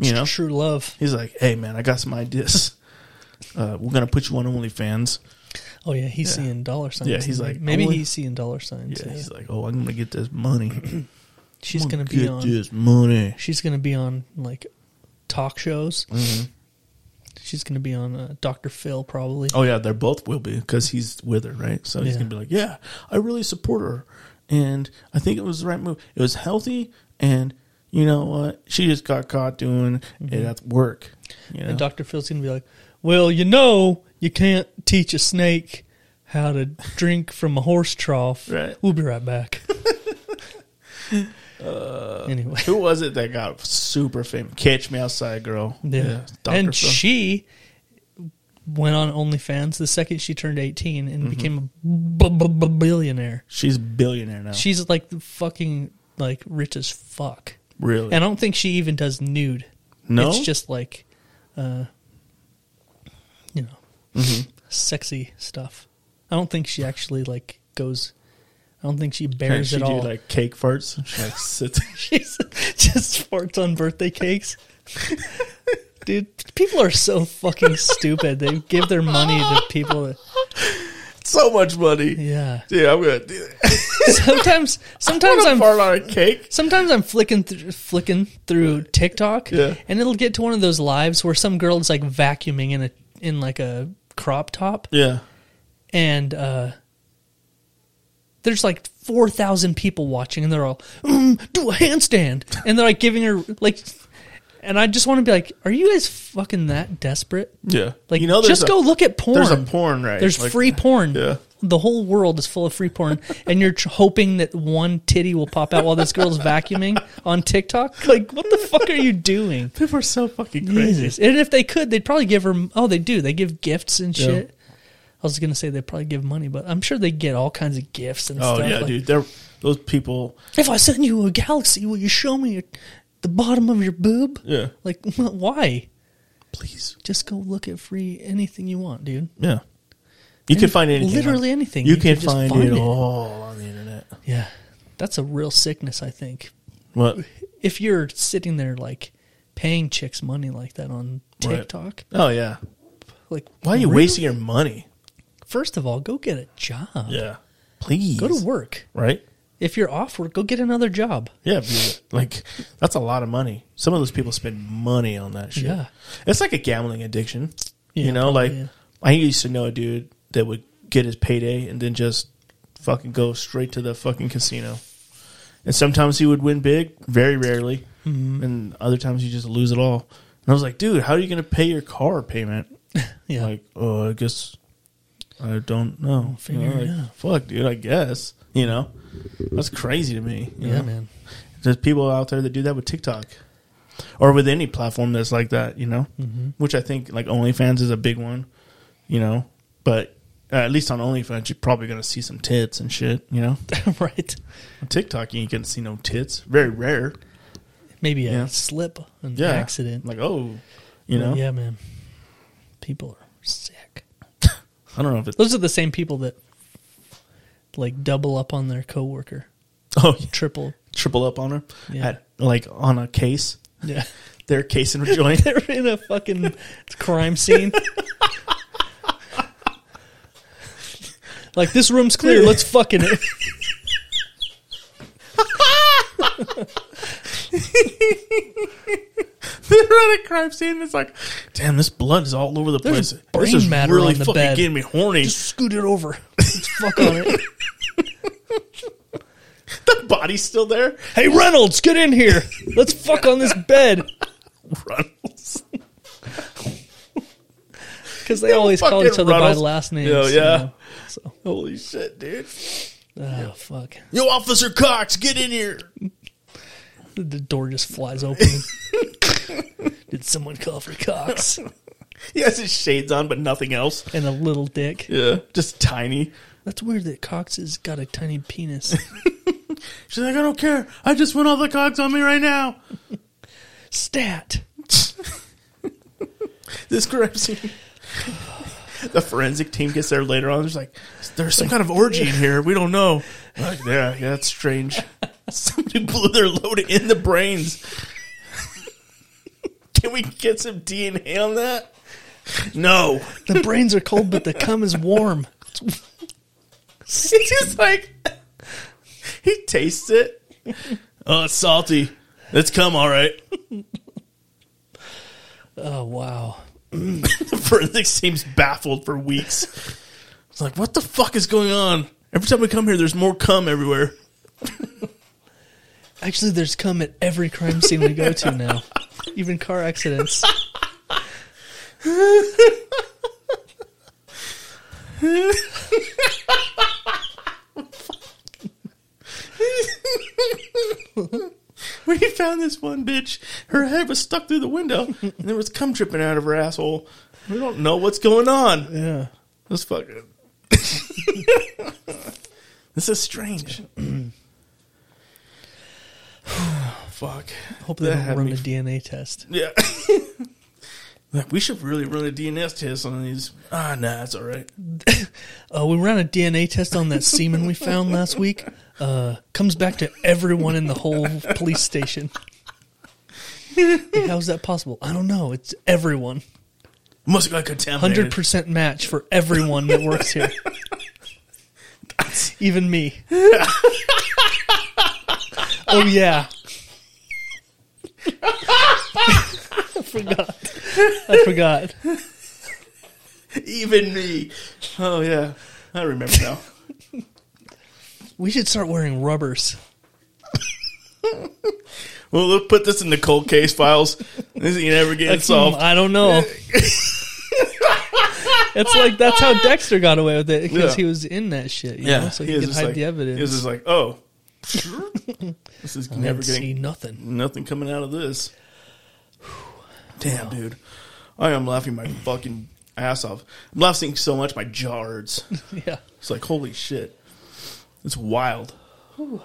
Speaker 2: You know,
Speaker 3: true love.
Speaker 2: he's like, "Hey, man, I got some ideas. Uh, we're gonna put you on OnlyFans."
Speaker 3: Oh yeah, he's seeing dollar signs.
Speaker 2: Yeah, he's like,
Speaker 3: maybe
Speaker 2: I wanna-
Speaker 3: he's seeing dollar signs.
Speaker 2: Yeah,
Speaker 3: Yeah,
Speaker 2: he's like, "Oh, I'm gonna get this money.
Speaker 3: she's
Speaker 2: I'm
Speaker 3: gonna be
Speaker 2: get
Speaker 3: on.
Speaker 2: this money."
Speaker 3: She's gonna be on like talk shows.
Speaker 2: Mm-hmm.
Speaker 3: She's gonna be on uh, Dr. Phil probably.
Speaker 2: Oh yeah, they both will be because he's with her, right? So he's
Speaker 3: Yeah.
Speaker 2: gonna be like, "Yeah, I really support her, and I think it was the right move. It was healthy, and you know what? She just got caught doing it at work. You know?
Speaker 3: Mm-hmm. And Dr. Phil's gonna be like, "Well, you know, you can't teach a snake how to drink from a horse trough."
Speaker 2: Right.
Speaker 3: We'll be right back. Uh, anyway,
Speaker 2: Who was it that got super famous? Catch Me Outside Girl.
Speaker 3: yeah.
Speaker 2: Dr.
Speaker 3: and
Speaker 2: Phil.
Speaker 3: she went on OnlyFans the second she turned eighteen and
Speaker 2: Mm-hmm.
Speaker 3: became a b- b- b- billionaire.
Speaker 2: she's a billionaire now.
Speaker 3: She's like the fucking like rich as fuck.
Speaker 2: really?
Speaker 3: And I don't think she even does nude.
Speaker 2: No?
Speaker 3: it's just like, uh, you know,
Speaker 2: Mm-hmm.
Speaker 3: sexy stuff. I don't think she actually like goes. I don't think she
Speaker 2: Can't
Speaker 3: bears
Speaker 2: she
Speaker 3: it
Speaker 2: do
Speaker 3: all.
Speaker 2: like cake farts? She like sits.
Speaker 3: She's just farts on birthday cakes. Dude, people are so fucking stupid. They give their money to people. That,
Speaker 2: so much money.
Speaker 3: yeah.
Speaker 2: Dude, I'm gonna do that.
Speaker 3: Sometimes, sometimes
Speaker 2: I'm
Speaker 3: I'm
Speaker 2: fart on a cake.
Speaker 3: Sometimes I'm flicking through, flicking through TikTok,
Speaker 2: Yeah.
Speaker 3: and it'll get to one of those lives where some girl is like vacuuming in a in like a crop top,
Speaker 2: Yeah.
Speaker 3: and uh, there's like four thousand people watching, and they're all mm, do a handstand, and they're like giving her like, and I just want to be like, are you guys fucking that desperate?
Speaker 2: Yeah.
Speaker 3: Like,
Speaker 2: you know, there's
Speaker 3: just
Speaker 2: a-
Speaker 3: go look at porn.
Speaker 2: There's a porn, right?
Speaker 3: There's
Speaker 2: Like-
Speaker 3: free porn.
Speaker 2: Yeah.
Speaker 3: The whole world is full of free porn, and you're tr- hoping that one titty will pop out while this girl's vacuuming on TikTok. Like, what the fuck are you doing?
Speaker 2: People are so fucking
Speaker 3: Jesus. And if they could, they'd probably give her. Oh, they do. They give gifts and shit. I was gonna say they probably give money, but I'm sure they get all kinds of gifts and
Speaker 2: Oh
Speaker 3: stuff.
Speaker 2: yeah,
Speaker 3: like,
Speaker 2: dude. They're those people.
Speaker 3: If I send you a galaxy, will you show me your, the bottom of your boob?
Speaker 2: Yeah.
Speaker 3: Like, why?
Speaker 2: Please.
Speaker 3: Just go look at free anything you want, dude.
Speaker 2: Yeah. You can find anything.
Speaker 3: literally
Speaker 2: on-
Speaker 3: anything.
Speaker 2: You,
Speaker 3: You
Speaker 2: can,
Speaker 3: can just
Speaker 2: find,
Speaker 3: find
Speaker 2: it,
Speaker 3: it.
Speaker 2: all on the internet.
Speaker 3: Yeah, that's a real sickness. I think
Speaker 2: What?
Speaker 3: if you're sitting there like paying chicks money like that on
Speaker 2: Right.
Speaker 3: TikTok,
Speaker 2: Oh yeah.
Speaker 3: like
Speaker 2: Why are you
Speaker 3: really?
Speaker 2: wasting your money?
Speaker 3: First of all, go get a job.
Speaker 2: Yeah. Please.
Speaker 3: Go to work.
Speaker 2: Right.
Speaker 3: If you're off work, go get another job.
Speaker 2: Yeah. dude. Like that's a lot of money. Some of those people spend money on that shit.
Speaker 3: Yeah.
Speaker 2: It's like a gambling addiction.
Speaker 3: Yeah,
Speaker 2: you know,
Speaker 3: probably,
Speaker 2: like
Speaker 3: yeah.
Speaker 2: I used to know a dude that would get his payday and then just fucking go straight to the fucking casino. And sometimes he would win big, very rarely,
Speaker 3: Mm-hmm.
Speaker 2: and other times you just lose it all. And I was like, dude, how are you going to pay your car payment?
Speaker 3: Yeah,
Speaker 2: Like, oh, I guess I don't know.
Speaker 3: figure
Speaker 2: You know,
Speaker 3: it
Speaker 2: like,
Speaker 3: out.
Speaker 2: Fuck, dude, I guess. You know, that's crazy to me. you
Speaker 3: yeah,
Speaker 2: know?
Speaker 3: man.
Speaker 2: There's people out there that do that with TikTok or with any platform that's like that, you know,
Speaker 3: Mm-hmm.
Speaker 2: which I think like OnlyFans is a big one, you know, but uh, at least on OnlyFans, you're probably going to see some tits and shit, you know.
Speaker 3: right?
Speaker 2: on TikTok, you ain't going to see no tits. Very rare.
Speaker 3: Maybe a
Speaker 2: Yeah.
Speaker 3: slip, an
Speaker 2: Yeah.
Speaker 3: accident.
Speaker 2: Like, oh, you know,
Speaker 3: Yeah, man. People are sick.
Speaker 2: I don't know if it's.
Speaker 3: Those are the same people that like double up on their coworker,
Speaker 2: Oh, yeah.
Speaker 3: triple.
Speaker 2: triple up on her.
Speaker 3: Yeah.
Speaker 2: At, like on a case.
Speaker 3: Yeah.
Speaker 2: Their case and rejoin.
Speaker 3: They're in a fucking crime scene. like this room's clear. Let's fucking it.
Speaker 2: They're at a crime scene. It's like, damn, this blood is all over the
Speaker 3: There's
Speaker 2: place.
Speaker 3: brain
Speaker 2: This is
Speaker 3: matter
Speaker 2: really
Speaker 3: on the
Speaker 2: fucking
Speaker 3: bed.
Speaker 2: getting me horny.
Speaker 3: Just scoot it over. Let's fuck on it.
Speaker 2: the body's still there.
Speaker 3: Hey Reynolds, get in here. Let's fuck on this bed
Speaker 2: Runnels.
Speaker 3: because they always call
Speaker 2: fucking
Speaker 3: each other
Speaker 2: Reynolds.
Speaker 3: by last names.
Speaker 2: Yeah,
Speaker 3: you
Speaker 2: yeah.
Speaker 3: know. So,
Speaker 2: Holy shit, dude.
Speaker 3: oh fuck,
Speaker 2: Yo, Officer Cox, get in here.
Speaker 3: the, the door just flies open. Did someone call for Cox
Speaker 2: He has his shades on, but nothing else.
Speaker 3: and a little dick?
Speaker 2: Yeah. Just tiny.
Speaker 3: That's weird that Cox has got a tiny penis.
Speaker 2: She's like, I don't care. I just want all the cogs on me right now.
Speaker 3: Stat.
Speaker 2: This crime scene. The forensic team gets there later on. There's like, there's some kind of orgy in here. We don't know. Like, yeah, yeah, that's strange. Somebody blew their load in the brains. Can we get some DNA on that? No.
Speaker 3: The brains are cold, but the cum is warm.
Speaker 2: It's just like he tastes it. Oh, it's salty. It's come all right.
Speaker 3: Oh wow!
Speaker 2: The forensics seems baffled for weeks. It's like, what the fuck is going on? Every time we come here, there's more cum everywhere.
Speaker 3: Actually, there's cum at every crime scene we go to now, even car accidents.
Speaker 2: We found this one bitch. Her head was stuck through the window, and there was cum dripping out of her asshole. We don't know what's going on.
Speaker 3: Yeah.
Speaker 2: This fucking. this is strange. Fuck.
Speaker 3: Hope they
Speaker 2: That
Speaker 3: don't
Speaker 2: had
Speaker 3: run
Speaker 2: me
Speaker 3: a DNA test.
Speaker 2: Yeah. like we should really run a DNS test on these. Ah, nah, it's all right.
Speaker 3: Oh, we ran a DNA test on that semen we found last week. Uh, comes back to everyone in the whole police station. How's that possible? I don't know. It's everyone.
Speaker 2: Must have got contaminated.
Speaker 3: Hundred percent match for everyone that works here. Even me. oh yeah. I forgot. I forgot.
Speaker 2: Even me. Oh yeah, I remember now.
Speaker 3: We should start wearing rubbers.
Speaker 2: well, we'll put this in the cold case files. This ain't ever getting
Speaker 3: Hmm,
Speaker 2: solved.
Speaker 3: I don't know. it's like that's how Dexter got away with it because
Speaker 2: Yeah.
Speaker 3: he was in that shit. You know? so he,
Speaker 2: was
Speaker 3: could
Speaker 2: just
Speaker 3: hide
Speaker 2: like-
Speaker 3: the evidence.
Speaker 2: He was just like, oh, this is
Speaker 3: I
Speaker 2: never
Speaker 3: didn't see
Speaker 2: getting
Speaker 3: nothing.
Speaker 2: nothing coming out of this. Damn, dude, I am laughing my fucking ass off. I'm laughing so much my jaw hurts.
Speaker 3: Yeah.
Speaker 2: It's like, holy shit. It's wild. Whew,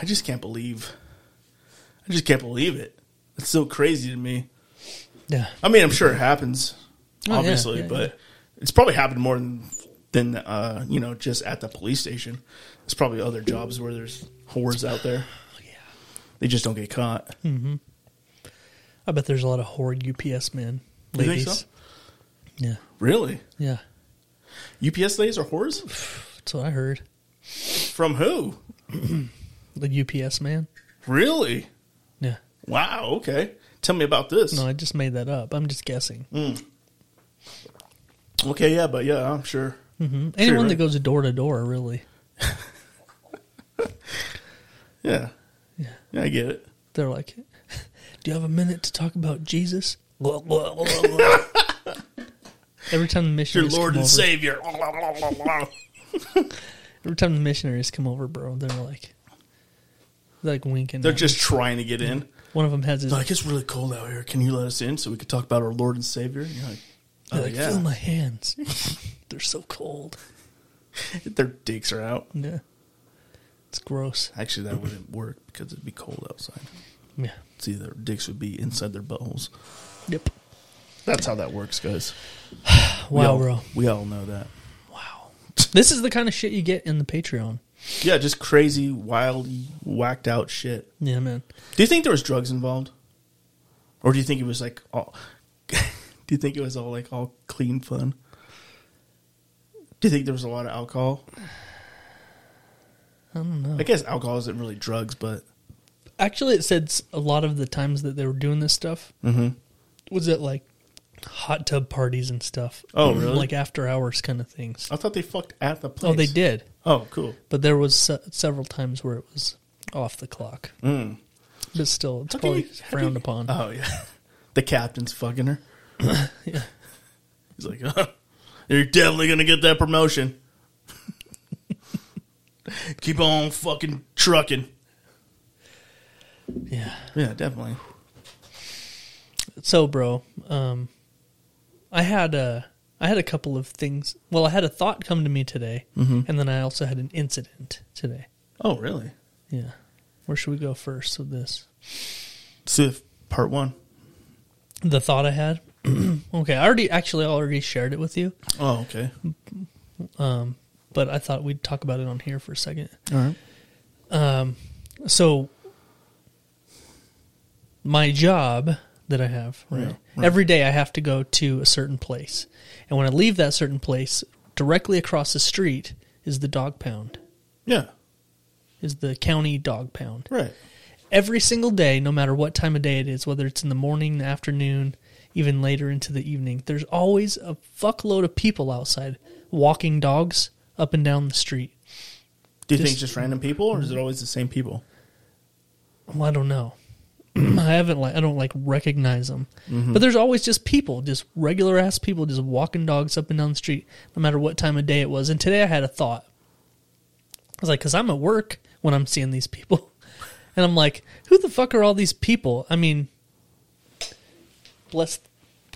Speaker 2: I just can't believe. I just can't believe it. It's so crazy to me.
Speaker 3: Yeah.
Speaker 2: I mean, I'm sure it happens,
Speaker 3: Oh, yeah,
Speaker 2: obviously,
Speaker 3: yeah,
Speaker 2: but it's probably happened more than, than uh, you know, just at the police station. There's probably other jobs where there's whores out there.
Speaker 3: Oh,
Speaker 2: They just don't get caught.
Speaker 3: I bet there's a lot of whore UPS men.
Speaker 2: You
Speaker 3: Ladies.
Speaker 2: think so?
Speaker 3: Yeah.
Speaker 2: Really?
Speaker 3: Yeah.
Speaker 2: UPS ladies are whores?
Speaker 3: That's what I heard.
Speaker 2: From who?
Speaker 3: The UPS man.
Speaker 2: Really?
Speaker 3: Yeah.
Speaker 2: Wow, okay. Tell me about this.
Speaker 3: No, I just made that up. I'm just guessing.
Speaker 2: Okay, yeah, but yeah, I'm sure.
Speaker 3: Anyone that
Speaker 2: Mm, right.
Speaker 3: goes door to door, really,
Speaker 2: Yeah. Yeah, I get it.
Speaker 3: they're like, "Do you have a minute to talk about Jesus?" Every time the
Speaker 2: Your
Speaker 3: missionaries
Speaker 2: Lord
Speaker 3: come
Speaker 2: and
Speaker 3: over,
Speaker 2: Savior.
Speaker 3: every time the missionaries come over, bro, they're like, they're like winking.
Speaker 2: They're
Speaker 3: at
Speaker 2: just trying to get in.
Speaker 3: me. one of them has his
Speaker 2: They're like, it's really cold out here. Can you let us in so we could talk about our Lord and Savior? And you're like,
Speaker 3: they're
Speaker 2: oh,
Speaker 3: like,
Speaker 2: yeah.
Speaker 3: "Feel my hands, they're so cold."
Speaker 2: Their dicks are out.
Speaker 3: Yeah, it's gross.
Speaker 2: Actually, that wouldn't work because it'd be cold outside.
Speaker 3: Yeah,
Speaker 2: See, their dicks would be inside their buttholes.
Speaker 3: yep.
Speaker 2: That's how that works, guys. We
Speaker 3: Wow,
Speaker 2: all-
Speaker 3: bro.
Speaker 2: We all know that.
Speaker 3: Wow. This is the kind of shit you get in the Patreon.
Speaker 2: Yeah, just crazy, wild, whacked out shit.
Speaker 3: Yeah, man.
Speaker 2: Do you think there was drugs involved, or do you think it was like all? do you think it was all like all clean fun? Do you think there was a lot of alcohol?
Speaker 3: I don't know.
Speaker 2: I guess alcohol isn't really drugs, but
Speaker 3: Actually, it said s- a lot of the times that they were doing this stuff
Speaker 2: Mm-hmm.
Speaker 3: was at like hot tub parties and stuff. Mm-hmm.
Speaker 2: Oh, really?
Speaker 3: Like after hours kind of things.
Speaker 2: I thought they fucked at the place.
Speaker 3: Oh, they did,
Speaker 2: Oh, cool.
Speaker 3: but there was se- several times where it was off the clock. But still, it's
Speaker 2: Mm. How can
Speaker 3: probably
Speaker 2: you- how
Speaker 3: frowned
Speaker 2: can-
Speaker 3: upon.
Speaker 2: Oh yeah, the captain's fucking her.
Speaker 3: Yeah.
Speaker 2: He's like, you're definitely gonna get that promotion. Keep on fucking trucking.
Speaker 3: yeah.
Speaker 2: Yeah, definitely.
Speaker 3: So, bro, um, I had a I had a couple of things. Well, I had a thought come to me today, and then I also had an incident today.
Speaker 2: Oh, really?
Speaker 3: Yeah. Where should we go first with this?
Speaker 2: Sif, part one.
Speaker 3: The thought I had. Okay, I already actually already shared it with you,
Speaker 2: Oh, okay.
Speaker 3: but I thought we'd talk about it on here for a second.
Speaker 2: All right.
Speaker 3: So, my job that I have, right, Every day I have to go to a certain place. And when I leave that certain place, directly across the street is the dog pound,
Speaker 2: Yeah.
Speaker 3: is the county dog pound.
Speaker 2: Right.
Speaker 3: every single day, no matter what time of day it is, whether it's in the morning, the afternoon, even later into the evening, there's always a fuckload of people outside walking dogs up and down the street.
Speaker 2: Do you
Speaker 3: Just-
Speaker 2: think it's just random people, or is it always the same people?
Speaker 3: Well, I don't know. I haven't like I don't like recognize them, but there's always just people, just regular ass people, just walking dogs up and down the street, no matter what time of day it was. And today I had a thought. I was like, because I'm at work when I'm seeing these people, and I'm like, who the fuck are all these people? I mean, bless,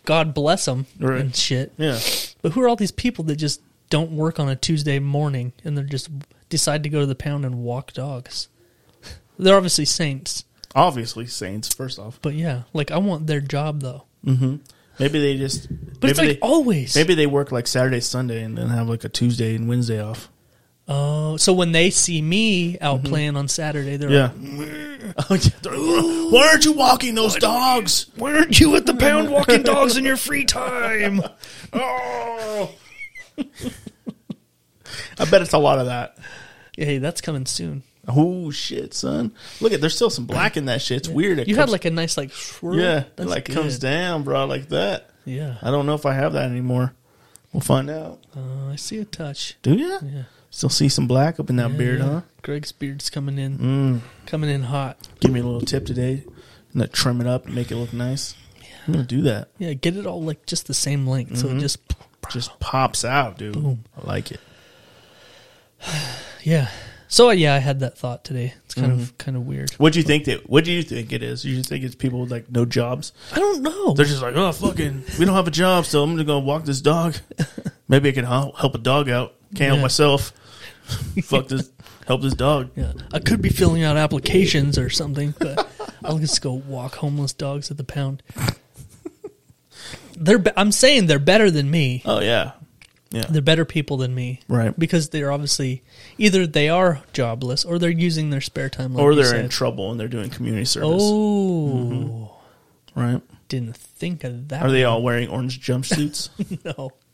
Speaker 3: God bless them
Speaker 2: Right.
Speaker 3: and shit.
Speaker 2: Yeah.
Speaker 3: But who are all these people that just don't work on a Tuesday morning and they just decide to go to the pound and walk dogs? They're obviously saints,
Speaker 2: Obviously, saints. First off,
Speaker 3: but yeah, like I want their job though.
Speaker 2: maybe they just.
Speaker 3: But it's
Speaker 2: maybe
Speaker 3: like
Speaker 2: they,
Speaker 3: always.
Speaker 2: maybe they work like Saturday, Sunday, and then have like a Tuesday and Wednesday off.
Speaker 3: Oh, so when they see me out playing on Saturday, they're
Speaker 2: Mm-hmm. Yeah. Why aren't you walking those dogs?
Speaker 3: like, "Why aren't you at the pound walking dogs in your free time?"
Speaker 2: Oh. I bet it's a lot of that.
Speaker 3: hey, that's coming soon.
Speaker 2: Oh shit, son! Look at there's still some black in that shit. It's weird. It
Speaker 3: You
Speaker 2: comes,
Speaker 3: had like a nice like swirl.
Speaker 2: yeah, it
Speaker 3: That's
Speaker 2: like comes
Speaker 3: good.
Speaker 2: down, bro, like that.
Speaker 3: Yeah,
Speaker 2: I don't know if I have that anymore. We'll find out.
Speaker 3: uh, I see a touch.
Speaker 2: Do you?
Speaker 3: Yeah.
Speaker 2: Still see some black up in that
Speaker 3: Yeah,
Speaker 2: beard,
Speaker 3: yeah.
Speaker 2: huh? Mm.
Speaker 3: Greg's beard's coming in, coming in hot.
Speaker 2: Give me a little tip today. I'm gonna trim it up and make it look nice. I'm gonna do that.
Speaker 3: Yeah, get it all like just the same length, so
Speaker 2: Mm-hmm.
Speaker 3: it just
Speaker 2: Just pops out, dude. I like it.
Speaker 3: yeah. So yeah, I had that thought today. It's
Speaker 2: Mm-hmm.
Speaker 3: kind of kind of weird.
Speaker 2: What do you think that? What do you think it is? You just think it's people with like no jobs?
Speaker 3: I don't know.
Speaker 2: They're just like, oh fucking, we don't have a job, so I'm gonna go walk this dog. Maybe I can hel- help a dog out. Can't help
Speaker 3: Yeah.
Speaker 2: myself. Fuck this. Help this dog.
Speaker 3: yeah, I could be filling out applications or something, but I'll just go walk homeless dogs at the pound. They're be- I'm saying they're better than me.
Speaker 2: Oh yeah, yeah.
Speaker 3: They're better people than me,
Speaker 2: Right.
Speaker 3: Because they're obviously either they are jobless or they're using their spare time, like
Speaker 2: or
Speaker 3: you
Speaker 2: they're
Speaker 3: said.
Speaker 2: in trouble and they're doing community service.
Speaker 3: Oh,
Speaker 2: Right?
Speaker 3: didn't think of that.
Speaker 2: Mm-hmm. Are they all wearing orange jumpsuits?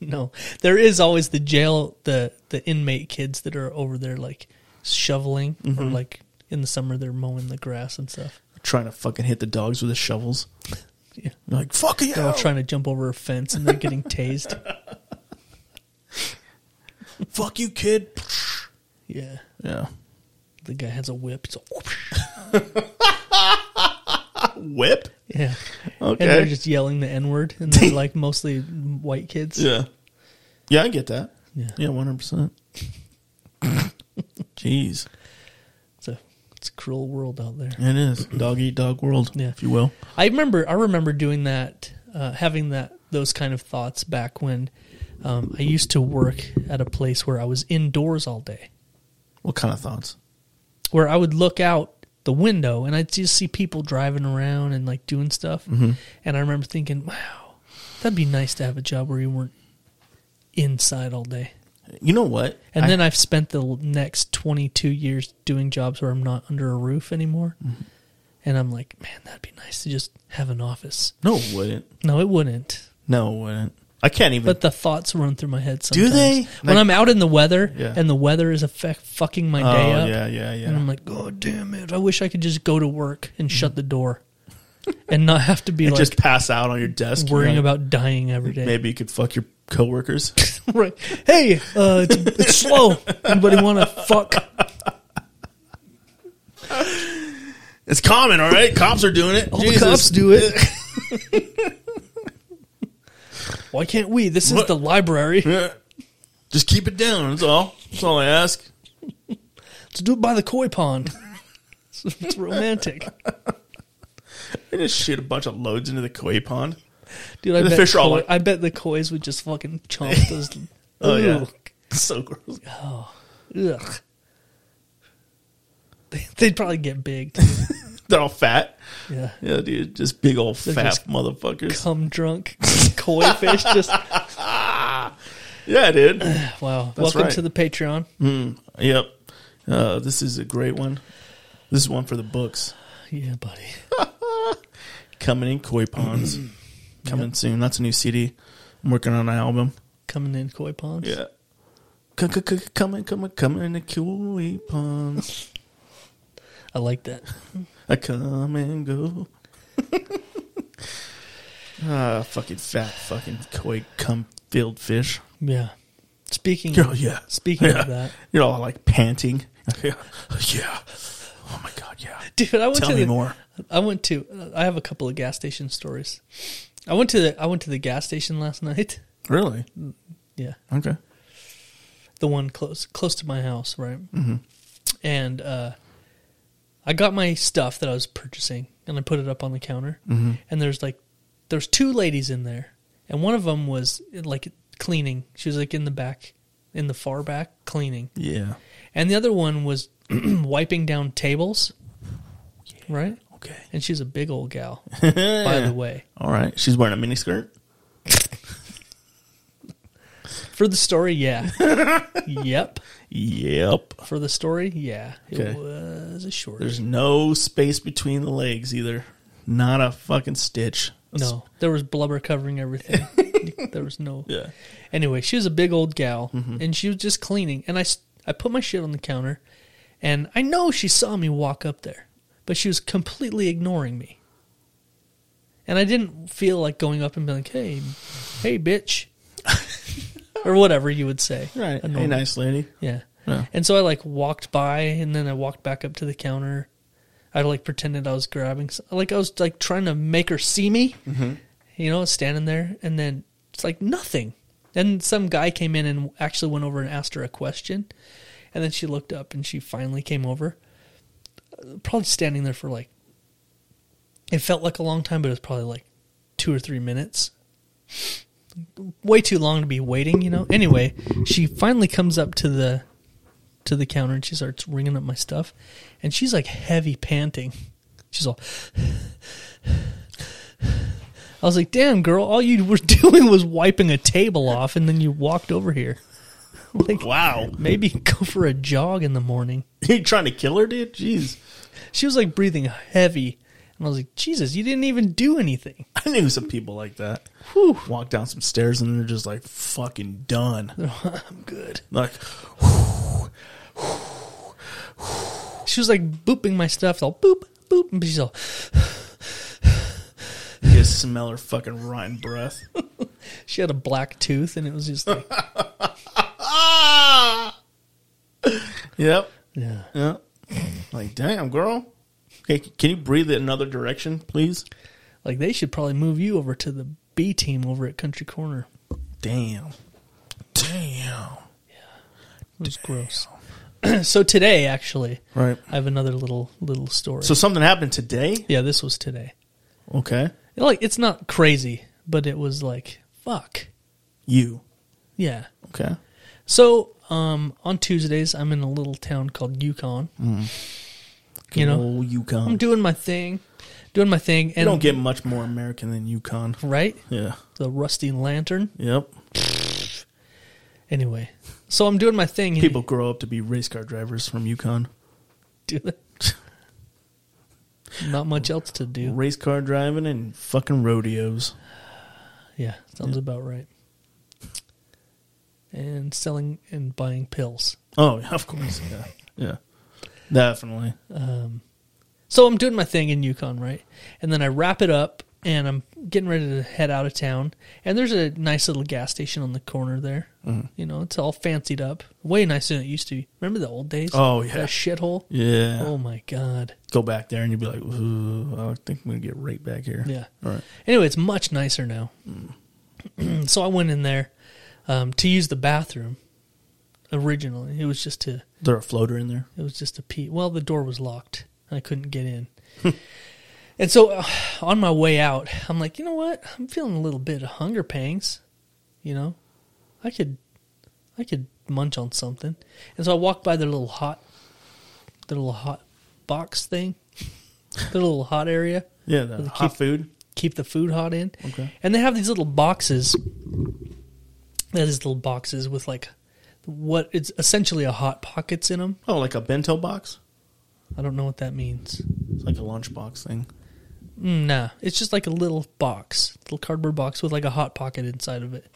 Speaker 3: No, no. There is always the jail, the the inmate kids that are over there like shoveling or
Speaker 2: Mm-hmm.
Speaker 3: like in the summer they're mowing the grass and stuff.
Speaker 2: trying to fucking hit the dogs with the shovels?
Speaker 3: Yeah.
Speaker 2: They're like fuck you.
Speaker 3: They're all trying to jump over a fence and they're getting tased.
Speaker 2: Fuck you, kid.
Speaker 3: Yeah,
Speaker 2: Yeah.
Speaker 3: the guy has a whip. It's a-
Speaker 2: Whip.
Speaker 3: yeah,
Speaker 2: Okay.
Speaker 3: and they're just yelling the n word, and they're like mostly white kids.
Speaker 2: Yeah. Yeah, I get that.
Speaker 3: Yeah.
Speaker 2: Yeah, one hundred percent. Jeez.
Speaker 3: It's a it's a cruel world out there.
Speaker 2: It is. Dog eat dog world,
Speaker 3: Yeah.
Speaker 2: if you will.
Speaker 3: I remember I remember doing that, uh, having that those kind of thoughts back when um, I used to work at a place where I was indoors all day,
Speaker 2: What kind of thoughts?
Speaker 3: where I would look out the window and I'd just see people driving around and like doing stuff,
Speaker 2: Mm-hmm.
Speaker 3: and I remember thinking, wow, that'd be nice to have a job where you weren't inside all day.
Speaker 2: You know what?
Speaker 3: And
Speaker 2: I-
Speaker 3: then I've spent the next 22 years doing jobs where I'm not under a roof anymore.
Speaker 2: Mm-hmm.
Speaker 3: And I'm like, man, that'd be nice to just have an office.
Speaker 2: no, it wouldn't.
Speaker 3: No, it wouldn't.
Speaker 2: No, it wouldn't. I can't even.
Speaker 3: but the thoughts run through my head sometimes.
Speaker 2: they?
Speaker 3: When
Speaker 2: Like-
Speaker 3: I'm out in the weather
Speaker 2: Yeah.
Speaker 3: and the weather is affect, fucking my
Speaker 2: oh
Speaker 3: day up,
Speaker 2: yeah, yeah, yeah.
Speaker 3: and I'm like, God damn it! I wish I could just go to work and shut the door, and not have to be
Speaker 2: And
Speaker 3: like
Speaker 2: just pass out on your desk,
Speaker 3: worrying
Speaker 2: You're like,
Speaker 3: about dying every day.
Speaker 2: Maybe you could fuck your coworkers.
Speaker 3: right? Hey, uh, it's, it's slow. Anybody want to fuck?
Speaker 2: it's common, all right. Cops are doing it.
Speaker 3: All the cops do it. Why can't we? This is
Speaker 2: What?
Speaker 3: the library.
Speaker 2: Just keep it down. That's all. That's all I ask.
Speaker 3: Let's do it by the koi pond. It's- It's romantic,
Speaker 2: They just shoot a bunch of loads into the koi pond.
Speaker 3: dude. I
Speaker 2: The
Speaker 3: bet
Speaker 2: fish are all
Speaker 3: koi-
Speaker 2: like-
Speaker 3: I bet the koi's would just fucking chomp those.
Speaker 2: Oh yeah,
Speaker 3: Ugh.
Speaker 2: so gross.
Speaker 3: Ugh. They- They'd probably get big.
Speaker 2: They're all fat.
Speaker 3: Yeah.
Speaker 2: Yeah, dude, just big old
Speaker 3: They're
Speaker 2: fat
Speaker 3: just
Speaker 2: motherfuckers.
Speaker 3: Come drunk, koi fish. Just
Speaker 2: yeah, dude.
Speaker 3: wow. Welcome
Speaker 2: right.
Speaker 3: to the Patreon.
Speaker 2: Yep. Uh, this is a great one. This is one for the books.
Speaker 3: Yeah, buddy.
Speaker 2: Coming in koi ponds. Coming soon. That's a new CD. I'm working on an album.
Speaker 3: Coming in koi ponds.
Speaker 2: Yeah. C- c- c- Coming, coming, coming to koi ponds.
Speaker 3: I like that.
Speaker 2: I come and go. Ah, fucking fat, fucking koi cum filled fish.
Speaker 3: Yeah. Speaking.
Speaker 2: Oh yeah.
Speaker 3: Speaking
Speaker 2: Yeah.
Speaker 3: of that,
Speaker 2: you're all like panting. yeah. Yeah. Oh my god. Yeah.
Speaker 3: dude, I went
Speaker 2: Tell
Speaker 3: to
Speaker 2: me
Speaker 3: the,
Speaker 2: more.
Speaker 3: I went to. uh, I have a couple of gas station stories. I went to the. I went to the gas station last night.
Speaker 2: Really?
Speaker 3: Yeah,
Speaker 2: Okay.
Speaker 3: the one close close to my house, right? Mm-hmm. And uh, I got my stuff that I was purchasing, and I put it up on the counter. Mm-hmm. And there's like, there's two ladies in there, and one of them was like cleaning. She was like in the back, in the far back, cleaning,
Speaker 2: Yeah.
Speaker 3: and the other one was wiping down tables, right?
Speaker 2: Okay.
Speaker 3: And she's a big old gal, by the way.
Speaker 2: All right. She's wearing a miniskirt.
Speaker 3: For the story, yeah. yep.
Speaker 2: Yep.
Speaker 3: For the story, yeah. It
Speaker 2: Okay.
Speaker 3: was a short.
Speaker 2: There's no space between the legs either. Not a fucking stitch.
Speaker 3: no, there was blubber covering everything. there was no.
Speaker 2: Yeah.
Speaker 3: Anyway, she was a big old gal, and she was just cleaning. And I, s- I put my shit on the counter, and I know she saw me walk up there, but she was completely ignoring me. And I didn't feel like going up and being like, "Hey, hey, bitch," or whatever you would say.
Speaker 2: Right.
Speaker 3: A
Speaker 2: Hey,
Speaker 3: normal-
Speaker 2: nice lady.
Speaker 3: Yeah.
Speaker 2: Yeah.
Speaker 3: And so I like walked by and then I walked back up to the counter. I like pretended I was grabbing, s- like I was like trying to make her see me, you know, standing there. And then it's like nothing. And some guy came in and actually went over and asked her a question. And then she looked up and she finally came over. Uh, Probably standing there for like, it felt like a long time, but it was probably like two or three minutes way too long to be waiting, you know. Anyway, she finally comes up to the to the counter and she starts ringing up my stuff, and she's like heavy panting. She's all. I was like, "Damn, girl! All you were doing was wiping a table off, and then you walked over here. Like,
Speaker 2: Wow.
Speaker 3: maybe go for a jog in the morning."
Speaker 2: You trying to kill her, dude? Jeez.
Speaker 3: She was like breathing heavy, and I was like, "Jesus, you didn't even do anything."
Speaker 2: I knew some people like that.
Speaker 3: Whew.
Speaker 2: Walk down some stairs and they're just like fucking done.
Speaker 3: I'm good.
Speaker 2: Like,
Speaker 3: She was like booping my stuff, all boop boop, and she's all.
Speaker 2: you just smell her fucking rotten breath.
Speaker 3: She had a black tooth, and it was just like, Ah!
Speaker 2: Yep.
Speaker 3: yeah.
Speaker 2: Yeah. Like, damn, girl. Okay, c- can you breathe in another direction, please?
Speaker 3: Like they should probably move you over to the B team over at Country Corner.
Speaker 2: Damn. Damn.
Speaker 3: It was gross. so today, actually,
Speaker 2: Right.
Speaker 3: I have another little little story.
Speaker 2: So something happened today?
Speaker 3: yeah, this was today.
Speaker 2: Okay.
Speaker 3: Like it's not crazy, but it was like fuck.
Speaker 2: You.
Speaker 3: Yeah.
Speaker 2: Okay.
Speaker 3: So um, on Tuesdays, I'm in a little town called Yukon. You know,
Speaker 2: Old Yukon.
Speaker 3: I'm doing my thing, doing my thing, and
Speaker 2: you don't get much more American than Yukon.
Speaker 3: right
Speaker 2: Yeah.
Speaker 3: the rusty lantern.
Speaker 2: Yep.
Speaker 3: Anyway, so I'm doing my thing. and-
Speaker 2: People grow up to be race car drivers from Yukon.
Speaker 3: do that. Not much else to do.
Speaker 2: Race car driving and fucking rodeos.
Speaker 3: Yeah, sounds about right. And selling and buying pills.
Speaker 2: Oh, yeah, of course. Yeah. Yeah. Definitely.
Speaker 3: So I'm doing my thing in Yukon, right? And then I wrap it up and I'm getting ready to head out of town. And there's a nice little gas station on the corner there.
Speaker 2: Mm-hmm.
Speaker 3: You know, it's all fancied up. Way nicer than it used to be. Remember the old days?
Speaker 2: Oh, yeah.
Speaker 3: That shithole?
Speaker 2: Yeah.
Speaker 3: Oh, my God.
Speaker 2: Go back there and you'd be like, Ooh, I think I'm going to get right back here.
Speaker 3: Yeah.
Speaker 2: All right.
Speaker 3: Anyway, it's much nicer now.
Speaker 2: Mm.
Speaker 3: so I went in there um, to use the bathroom. Originally, it was just to
Speaker 2: There a floater in there?
Speaker 3: it was just to pee. Well, the door was locked and I couldn't get in. and so uh, on my way out, I'm like, you know what? I'm feeling a little bit of hunger pangs. You know, I could I could munch on something. And so I walked by their little hot their little hot box thing. the little hot area.
Speaker 2: Yeah, the
Speaker 3: They
Speaker 2: hot
Speaker 3: keep-
Speaker 2: food.
Speaker 3: Keep the food hot in.
Speaker 2: Okay.
Speaker 3: And they have these little boxes. That is little boxes with like what it's essentially a hot pockets in them.
Speaker 2: Oh, like a bento box.
Speaker 3: I don't know what that means.
Speaker 2: It's like a lunchbox thing.
Speaker 3: Mm, Nah, it's just like a little box, little cardboard box with like a hot pocket inside of it.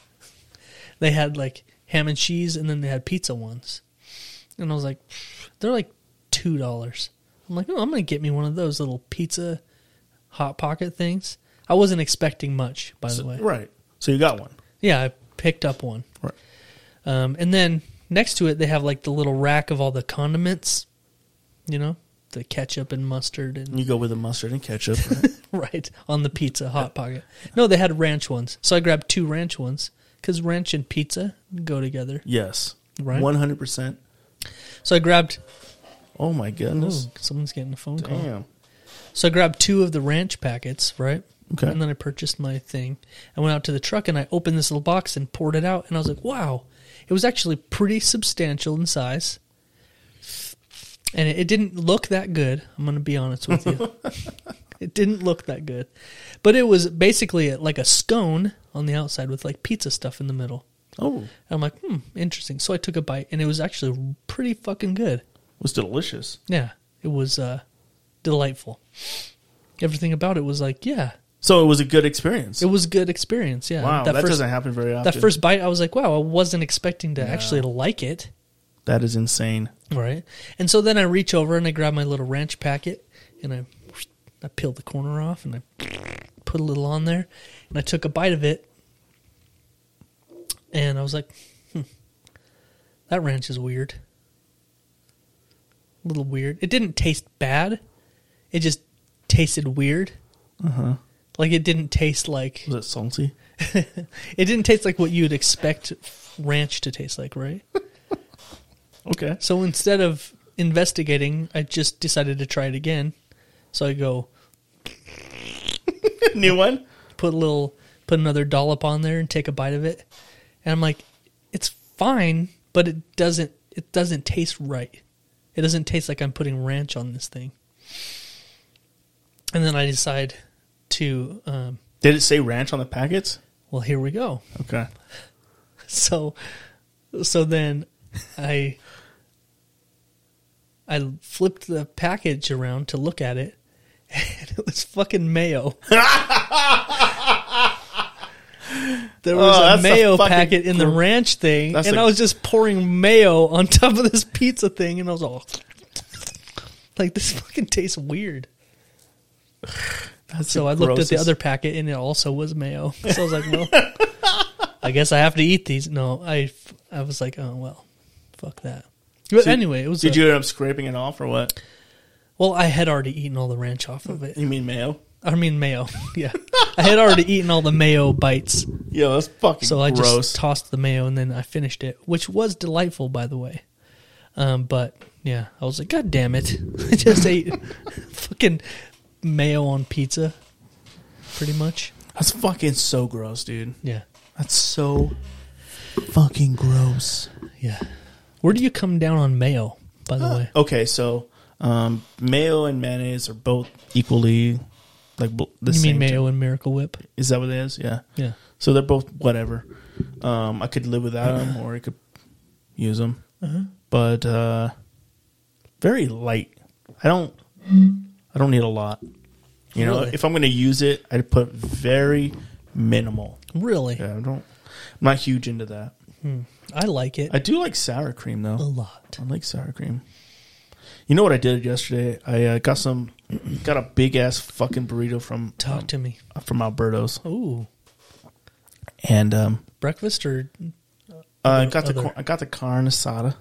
Speaker 3: They had like ham and cheese, and then they had pizza ones, and I was like, they're like two dollars. I'm like, oh, I'm gonna get me one of those little pizza hot pocket things. I wasn't expecting much, by the
Speaker 2: So-
Speaker 3: way.
Speaker 2: right. So you got one.
Speaker 3: Yeah, I picked up one.
Speaker 2: Right.
Speaker 3: Um, and then next to it, they have like the little rack of all the condiments, you know, the ketchup and mustard and
Speaker 2: You go with the mustard and ketchup.
Speaker 3: right on the pizza hot pocket. No, they had ranch ones, so I grabbed two ranch ones because ranch and pizza go together.
Speaker 2: yes.
Speaker 3: Right.
Speaker 2: One hundred percent.
Speaker 3: So I grabbed.
Speaker 2: Oh my goodness.
Speaker 3: Oh, someone's getting a phone call.
Speaker 2: Damn.
Speaker 3: So I grabbed two of the ranch packets, right?
Speaker 2: Okay.
Speaker 3: And then I purchased my thing. I went out to the truck and I opened this little box and poured it out, and I was like, "Wow!" It was actually pretty substantial in size, and it, it didn't look that good. I'm going to be honest with you. it didn't look that good, but it was basically like a scone on the outside with like pizza stuff in the middle.
Speaker 2: Oh,
Speaker 3: And I'm like, "Hmm, interesting." So I took a bite, and it was actually pretty fucking good.
Speaker 2: was delicious.
Speaker 3: Yeah, it was uh, delightful. Everything about it was like, yeah,
Speaker 2: So it was a good experience.
Speaker 3: it was a good experience. Yeah,
Speaker 2: wow, that,
Speaker 3: first,
Speaker 2: doesn't happen very often.
Speaker 3: That first bite, I was like, wow, I wasn't expecting to actually like it.
Speaker 2: That is insane.
Speaker 3: Right, and so then I reach over and I grab my little ranch packet and I, I peel the corner off and I put a little on there, and I took a bite of it, and I was like, hmm, that ranch is weird. A little weird. It didn't taste bad. It just tasted weird. Uh huh. Like it didn't taste like
Speaker 2: Was it salty?
Speaker 3: it didn't taste like what you'd expect ranch to taste like, right?
Speaker 2: Okay.
Speaker 3: So instead of investigating, I just decided to try it again. So I go
Speaker 2: New one?
Speaker 3: put a little, put another dollop on there and take a bite of it, and I'm like, it's fine, but it doesn't, it doesn't taste right. It doesn't taste like I'm putting ranch on this thing. And then I decide to, um,
Speaker 2: Did it say ranch on the packets?
Speaker 3: well, here we go.
Speaker 2: Okay.
Speaker 3: so so then i i flipped the package around to look at it and it was fucking mayo there was
Speaker 2: Oh,
Speaker 3: a
Speaker 2: that's a
Speaker 3: mayo
Speaker 2: fucking
Speaker 3: packet in the
Speaker 2: gr-
Speaker 3: ranch thing
Speaker 2: That's
Speaker 3: and
Speaker 2: a-
Speaker 3: I was just pouring mayo on top of this pizza thing and i was all like this fucking tastes weird
Speaker 2: That's
Speaker 3: so I
Speaker 2: the
Speaker 3: looked at the
Speaker 2: grossest-
Speaker 3: other packet, and it also was mayo. So I was like, well, I guess I have to eat these. No, I, I was like, oh well, fuck that. But
Speaker 2: So
Speaker 3: anyway, it was.
Speaker 2: Did
Speaker 3: a-
Speaker 2: you end up scraping it off or what?
Speaker 3: Well, I had already eaten all the ranch off of it.
Speaker 2: You mean mayo?
Speaker 3: I mean mayo. yeah, I had already eaten all the mayo bites,
Speaker 2: Yeah, that's fucking
Speaker 3: so I
Speaker 2: gross.
Speaker 3: just tossed the mayo and then I finished it, which was delightful, by the way. Um, but yeah, I was like, God damn it! I just ate fucking mayo on pizza, pretty much.
Speaker 2: that's fucking so gross, dude.
Speaker 3: Yeah.
Speaker 2: That's so fucking gross.
Speaker 3: Yeah. Where do you come down on mayo, by
Speaker 2: Uh,
Speaker 3: the way?
Speaker 2: Okay, so um, mayo and mayonnaise are both equally like bl- the
Speaker 3: You
Speaker 2: same.
Speaker 3: mean mayo and Miracle Whip?
Speaker 2: Is that what it is? Yeah.
Speaker 3: Yeah.
Speaker 2: So they're both whatever. Um, I could live without them, or I could use them. But uh, very light. I don't. I don't need a lot. You know,
Speaker 3: Really?
Speaker 2: if I'm going to use it, I'd put very minimal.
Speaker 3: Really?
Speaker 2: Yeah, I don't. I'm not huge into that.
Speaker 3: I like it
Speaker 2: I
Speaker 3: a
Speaker 2: do like sour cream though.
Speaker 3: lot.
Speaker 2: I like sour cream. You know what I did yesterday? I uh, got some, got a big ass fucking burrito from
Speaker 3: Talk
Speaker 2: um,
Speaker 3: to me.
Speaker 2: from Alberto's,
Speaker 3: Ooh.
Speaker 2: and um,
Speaker 3: Breakfast or
Speaker 2: uh, I
Speaker 3: Other-
Speaker 2: got the
Speaker 3: other.
Speaker 2: cor- I got the carne asada,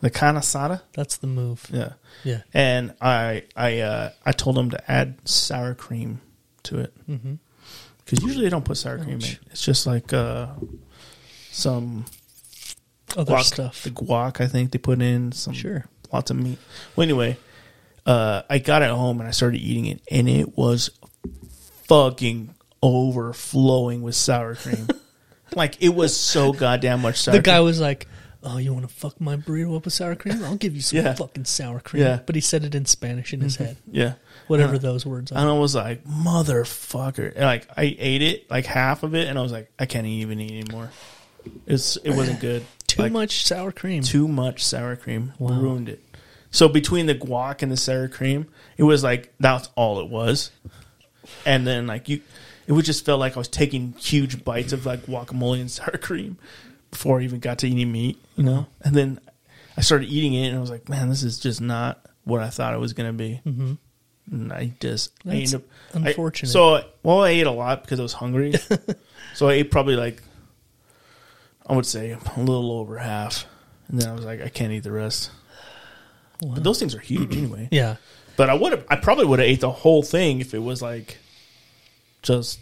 Speaker 2: the carne asada,
Speaker 3: that's the move.
Speaker 2: yeah.
Speaker 3: Yeah.
Speaker 2: And I I uh, I told him to add sour cream to it because usually they don't put sour cream
Speaker 3: Mm-hmm. Ouch.
Speaker 2: in. It's just like uh, some
Speaker 3: Other
Speaker 2: guac,
Speaker 3: stuff.
Speaker 2: The guac, I think they put in some
Speaker 3: Sure.
Speaker 2: lots of meat. Well, anyway, uh, I got it home and I started eating it, and it was fucking overflowing with sour cream. like it was so goddamn much sour.
Speaker 3: The guy
Speaker 2: cream.
Speaker 3: was like, "Oh, you want to fuck my burrito up with sour cream? I'll give you some
Speaker 2: Yeah.
Speaker 3: fucking sour cream."
Speaker 2: Yeah.
Speaker 3: But he said it in Spanish in his head,
Speaker 2: Yeah.
Speaker 3: whatever those words are.
Speaker 2: And I was like, motherfucker. And like I ate it, like half of it, and I was like, I can't even eat anymore. It's it wasn't good.
Speaker 3: Too
Speaker 2: Like,
Speaker 3: much sour cream.
Speaker 2: too much sour cream ruined it. So between the guac and the sour cream, it was like that's all it was. And then like you, it would just felt like I was taking huge bites of like guacamole and sour cream before I even got to eating meat, you know. And then I started eating it, and I was like, man, this is just not what I thought it was gonna be. Mm-hmm. And I just I
Speaker 3: That's
Speaker 2: ended up I-
Speaker 3: unfortunate.
Speaker 2: so well, I ate a lot because I was hungry. so I ate probably like I would say a little over half, and then I was like, I can't eat the rest. But those things are huge anyway.
Speaker 3: yeah.
Speaker 2: But I would have, I probably would have ate the whole thing if it was like just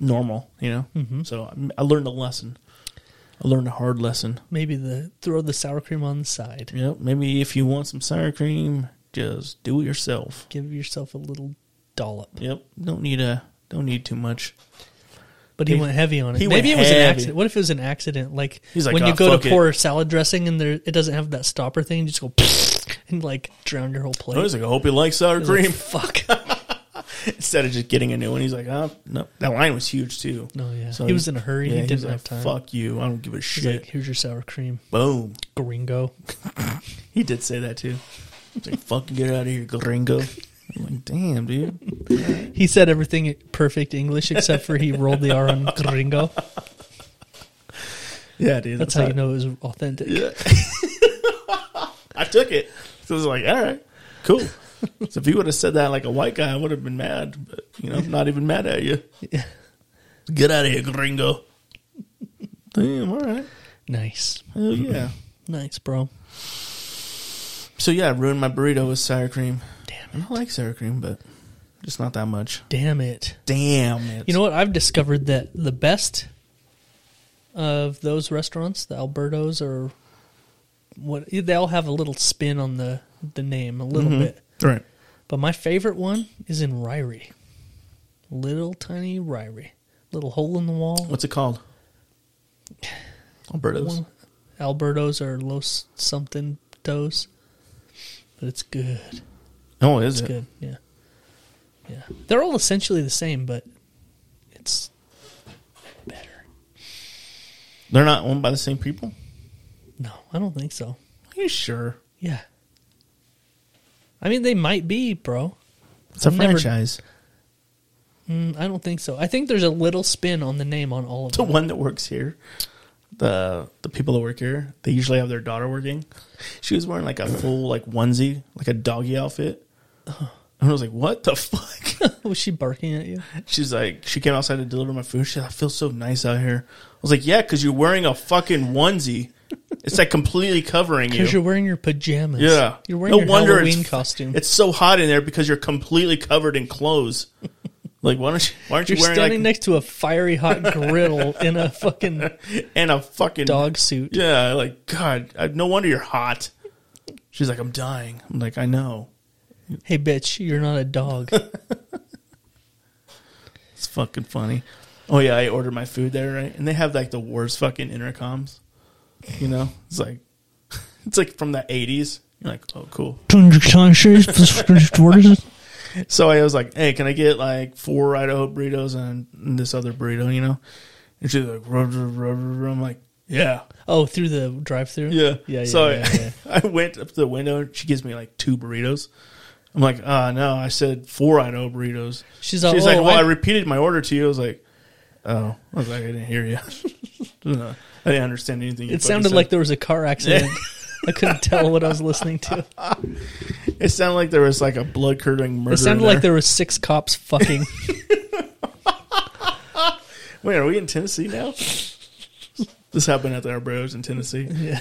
Speaker 2: normal, you know.
Speaker 3: Mm-hmm.
Speaker 2: So I, I learned a lesson. I learned a hard lesson.
Speaker 3: Maybe the throw the sour cream on the side.
Speaker 2: Yep. Maybe if you want some sour cream, just do it yourself.
Speaker 3: Give yourself a little dollop.
Speaker 2: Yep. Don't need a. Don't need too much.
Speaker 3: But he,
Speaker 2: He-
Speaker 3: went heavy on it.
Speaker 2: he went
Speaker 3: Maybe it was an
Speaker 2: heavy.
Speaker 3: accident. What if it was an accident? Like,
Speaker 2: He's like,
Speaker 3: when you
Speaker 2: "Ah,
Speaker 3: go
Speaker 2: fuck
Speaker 3: to
Speaker 2: it."
Speaker 3: pour salad dressing and there it doesn't have that stopper thing, you just go and like drown your whole plate.
Speaker 2: I was Oh, like, I hope you like sour
Speaker 3: It's like,
Speaker 2: cream.
Speaker 3: Fuck.
Speaker 2: Instead of just getting a new one, he's like, oh, no. That line was huge too.
Speaker 3: No, yeah. He was in a hurry. He
Speaker 2: was
Speaker 3: didn't have time.
Speaker 2: Fuck you. I don't give a
Speaker 3: He's
Speaker 2: shit.
Speaker 3: like, here's your sour cream,
Speaker 2: Boom.
Speaker 3: gringo.
Speaker 2: He did say that too. He's like, fucking get out of here, gringo. I'm like, damn, dude.
Speaker 3: He said everything in perfect English except for he rolled the R on gringo.
Speaker 2: Yeah, dude.
Speaker 3: That's how you know it was authentic.
Speaker 2: I took it. So I was like, all right, cool. so if you would have said that like a white guy, I would have been mad. But, you know, I'm not even mad at you. Get out of here, gringo. Damn, all right.
Speaker 3: Nice.
Speaker 2: Hell yeah.
Speaker 3: Nice, bro.
Speaker 2: So yeah, I ruined my burrito with sour cream.
Speaker 3: Damn
Speaker 2: And I like sour cream, but just not that much.
Speaker 3: Damn it.
Speaker 2: Damn it.
Speaker 3: You know what? I've discovered that the best of those restaurants, the Albertos or what they all have a little spin on the the name a little bit.
Speaker 2: Right.
Speaker 3: But my favorite one is in Ryrie. Little tiny Ryrie. Little hole in the wall.
Speaker 2: What's it called? Alberto's.
Speaker 3: One- Albertos or Los something dos. But it's good.
Speaker 2: Oh, is
Speaker 3: It's
Speaker 2: it?
Speaker 3: good. Yeah. Yeah. They're all essentially the same, but it's better.
Speaker 2: They're not owned by the same people?
Speaker 3: No, I don't think so.
Speaker 2: Are you sure?
Speaker 3: Yeah. I mean, they might be, bro.
Speaker 2: It's a
Speaker 3: I've never-
Speaker 2: franchise.
Speaker 3: Mm, I don't think so. I think there's a little spin on the name on all of
Speaker 2: The
Speaker 3: them.
Speaker 2: one that works here, the the people that work here, they usually have their daughter working. She was wearing like a full like onesie, like a doggy outfit. And I was like, "What the fuck?"
Speaker 3: Was she barking at you?
Speaker 2: She's like, she came outside to deliver my food. She said, "I feel so nice out here." I was like, "Yeah, because you're wearing a fucking onesie. It's like completely covering you."
Speaker 3: Because you're wearing your pajamas.
Speaker 2: Yeah.
Speaker 3: You're wearing your Halloween
Speaker 2: it's,
Speaker 3: costume.
Speaker 2: It's so hot in there because you're completely covered in clothes. like why don't you why aren't you
Speaker 3: you're
Speaker 2: wearing
Speaker 3: standing
Speaker 2: like
Speaker 3: next to a fiery hot griddle in a fucking
Speaker 2: and a fucking
Speaker 3: dog suit.
Speaker 2: Yeah, like God, I, no wonder you're hot. She's like, I'm dying. I'm like, I know.
Speaker 3: Hey, bitch, you're not a dog.
Speaker 2: It's fucking funny. Oh yeah, I ordered my food there, right? And they have like the worst fucking intercoms. You know, it's like it's like from the '80s. You're like, oh cool. So I was like, "Hey, can I get like four Idaho burritos and, and this other burrito?" You know, and she's like, "Rub, rub, rub, rub." "I'm like, yeah,
Speaker 3: oh, through the drive-through.
Speaker 2: yeah,
Speaker 3: yeah, yeah.
Speaker 2: So
Speaker 3: yeah,
Speaker 2: I,
Speaker 3: yeah.
Speaker 2: I went up to the window, and she gives me like two burritos. I'm like, "Ah, no," I said four Idaho burritos.
Speaker 3: She's like, "Oh,
Speaker 2: like, "Well, I,
Speaker 3: I-
Speaker 2: repeated my order to you." I was like, "Oh," I was like, "I didn't hear you." I didn't understand anything. you
Speaker 3: It
Speaker 2: fucking
Speaker 3: sounded
Speaker 2: said.
Speaker 3: like there was a car accident. I couldn't tell what I was listening to.
Speaker 2: it sounded like there was like a blood curdling murder.
Speaker 3: It sounded
Speaker 2: in
Speaker 3: like
Speaker 2: there.
Speaker 3: there were six cops fucking.
Speaker 2: Wait, are we in Tennessee now? this happened at the Arbros in Tennessee.
Speaker 3: Yeah.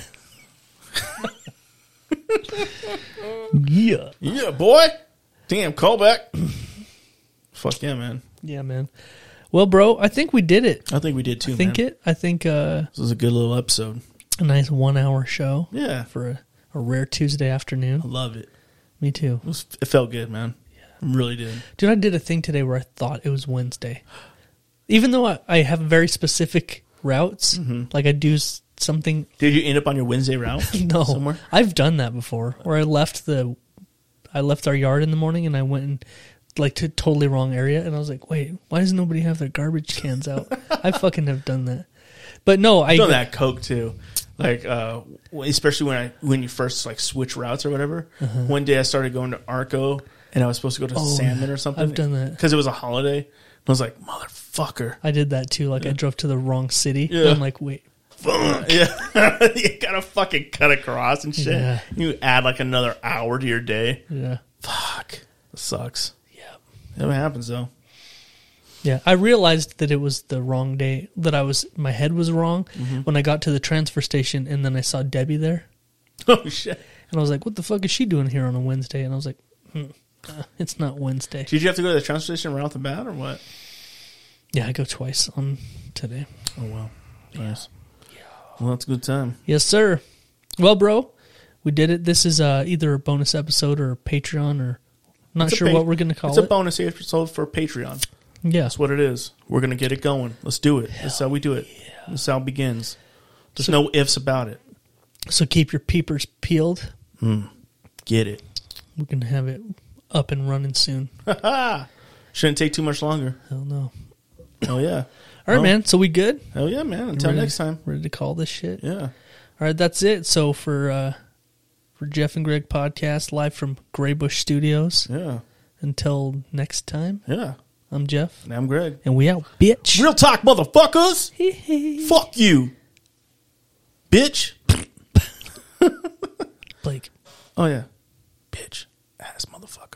Speaker 3: yeah.
Speaker 2: Yeah, boy. Damn, callback. Fuck yeah, man.
Speaker 3: Yeah, man. Well, bro, I think we did it.
Speaker 2: I think we did too.
Speaker 3: Think
Speaker 2: man.
Speaker 3: it. I think uh,
Speaker 2: This was a good little episode.
Speaker 3: a nice one-hour show
Speaker 2: Yeah,
Speaker 3: for a, a rare Tuesday
Speaker 2: I
Speaker 3: afternoon.
Speaker 2: love it.
Speaker 3: Me too,
Speaker 2: It, was, it felt good, man. It really did.
Speaker 3: dude. I did a thing today where I thought it was
Speaker 2: Mm-hmm.
Speaker 3: Wednesday, even though I, I have very specific routes. Like I do s- something
Speaker 2: Did you end up on your Wednesday route?
Speaker 3: no
Speaker 2: Somewhere?
Speaker 3: I've done that before where I left the I left our yard in the morning and I went in like to totally wrong area and I was like, wait, why does nobody have their garbage cans out? I fucking have done that. But no, I
Speaker 2: I've done that coke too. Like uh, especially when I when you first like switch routes or whatever. One day I started going to Arco and I was supposed to go to
Speaker 3: Oh,
Speaker 2: Salmon
Speaker 3: yeah.
Speaker 2: or something.
Speaker 3: I've done that.
Speaker 2: because it was a holiday. I was like, motherfucker.
Speaker 3: I did that too. Like I drove to the wrong city.
Speaker 2: Yeah.
Speaker 3: I'm like, wait,
Speaker 2: Yeah, you gotta fucking cut across and shit.
Speaker 3: Yeah.
Speaker 2: You add like another hour to your day.
Speaker 3: yeah,
Speaker 2: Fuck, that sucks.
Speaker 3: yeah,
Speaker 2: That happens though.
Speaker 3: yeah. I realized that it was the wrong day. That I was my head was wrong
Speaker 2: Mm-hmm.
Speaker 3: when I got to the transfer station and then I saw Debbie there
Speaker 2: Oh shit!
Speaker 3: and I was like, what the fuck is she doing here on a Wednesday? And I was like, hmm, uh, it's not Wednesday.
Speaker 2: Did you have to go to the transfer station right off the bat or what?
Speaker 3: Yeah, I go twice on today.
Speaker 2: Oh wow, nice. Well, that's a good time.
Speaker 3: Yes, sir. Well, bro, we did it. This is uh, either a bonus episode or a Patreon or I'm not
Speaker 2: It's a
Speaker 3: sure
Speaker 2: pa-
Speaker 3: what we're going to call
Speaker 2: It's a
Speaker 3: it.
Speaker 2: bonus episode for Patreon.
Speaker 3: yeah.
Speaker 2: That's what it is. We're gonna get it going. Let's do it. That's how we do it. That's how it begins. There's
Speaker 3: So-
Speaker 2: no ifs about it.
Speaker 3: So keep your peepers peeled.
Speaker 2: Get it.
Speaker 3: We can have it up and running soon.
Speaker 2: Shouldn't take too much longer.
Speaker 3: Hell no.
Speaker 2: Hell yeah.
Speaker 3: All right,
Speaker 2: Oh.
Speaker 3: man. So we good?
Speaker 2: Hell yeah, man. Until
Speaker 3: Ready-
Speaker 2: next time.
Speaker 3: Ready to call this shit?
Speaker 2: Yeah.
Speaker 3: All right, that's it. So for uh, for Jeff and Greg podcast live from Graybush Studios.
Speaker 2: Yeah.
Speaker 3: Until next time,
Speaker 2: Yeah.
Speaker 3: I'm Jeff,
Speaker 2: And I'm Greg.
Speaker 3: and we out, bitch.
Speaker 2: Real talk, motherfuckers. Fuck you, bitch.
Speaker 3: Blake.
Speaker 2: Oh yeah, bitch, ass, motherfucker.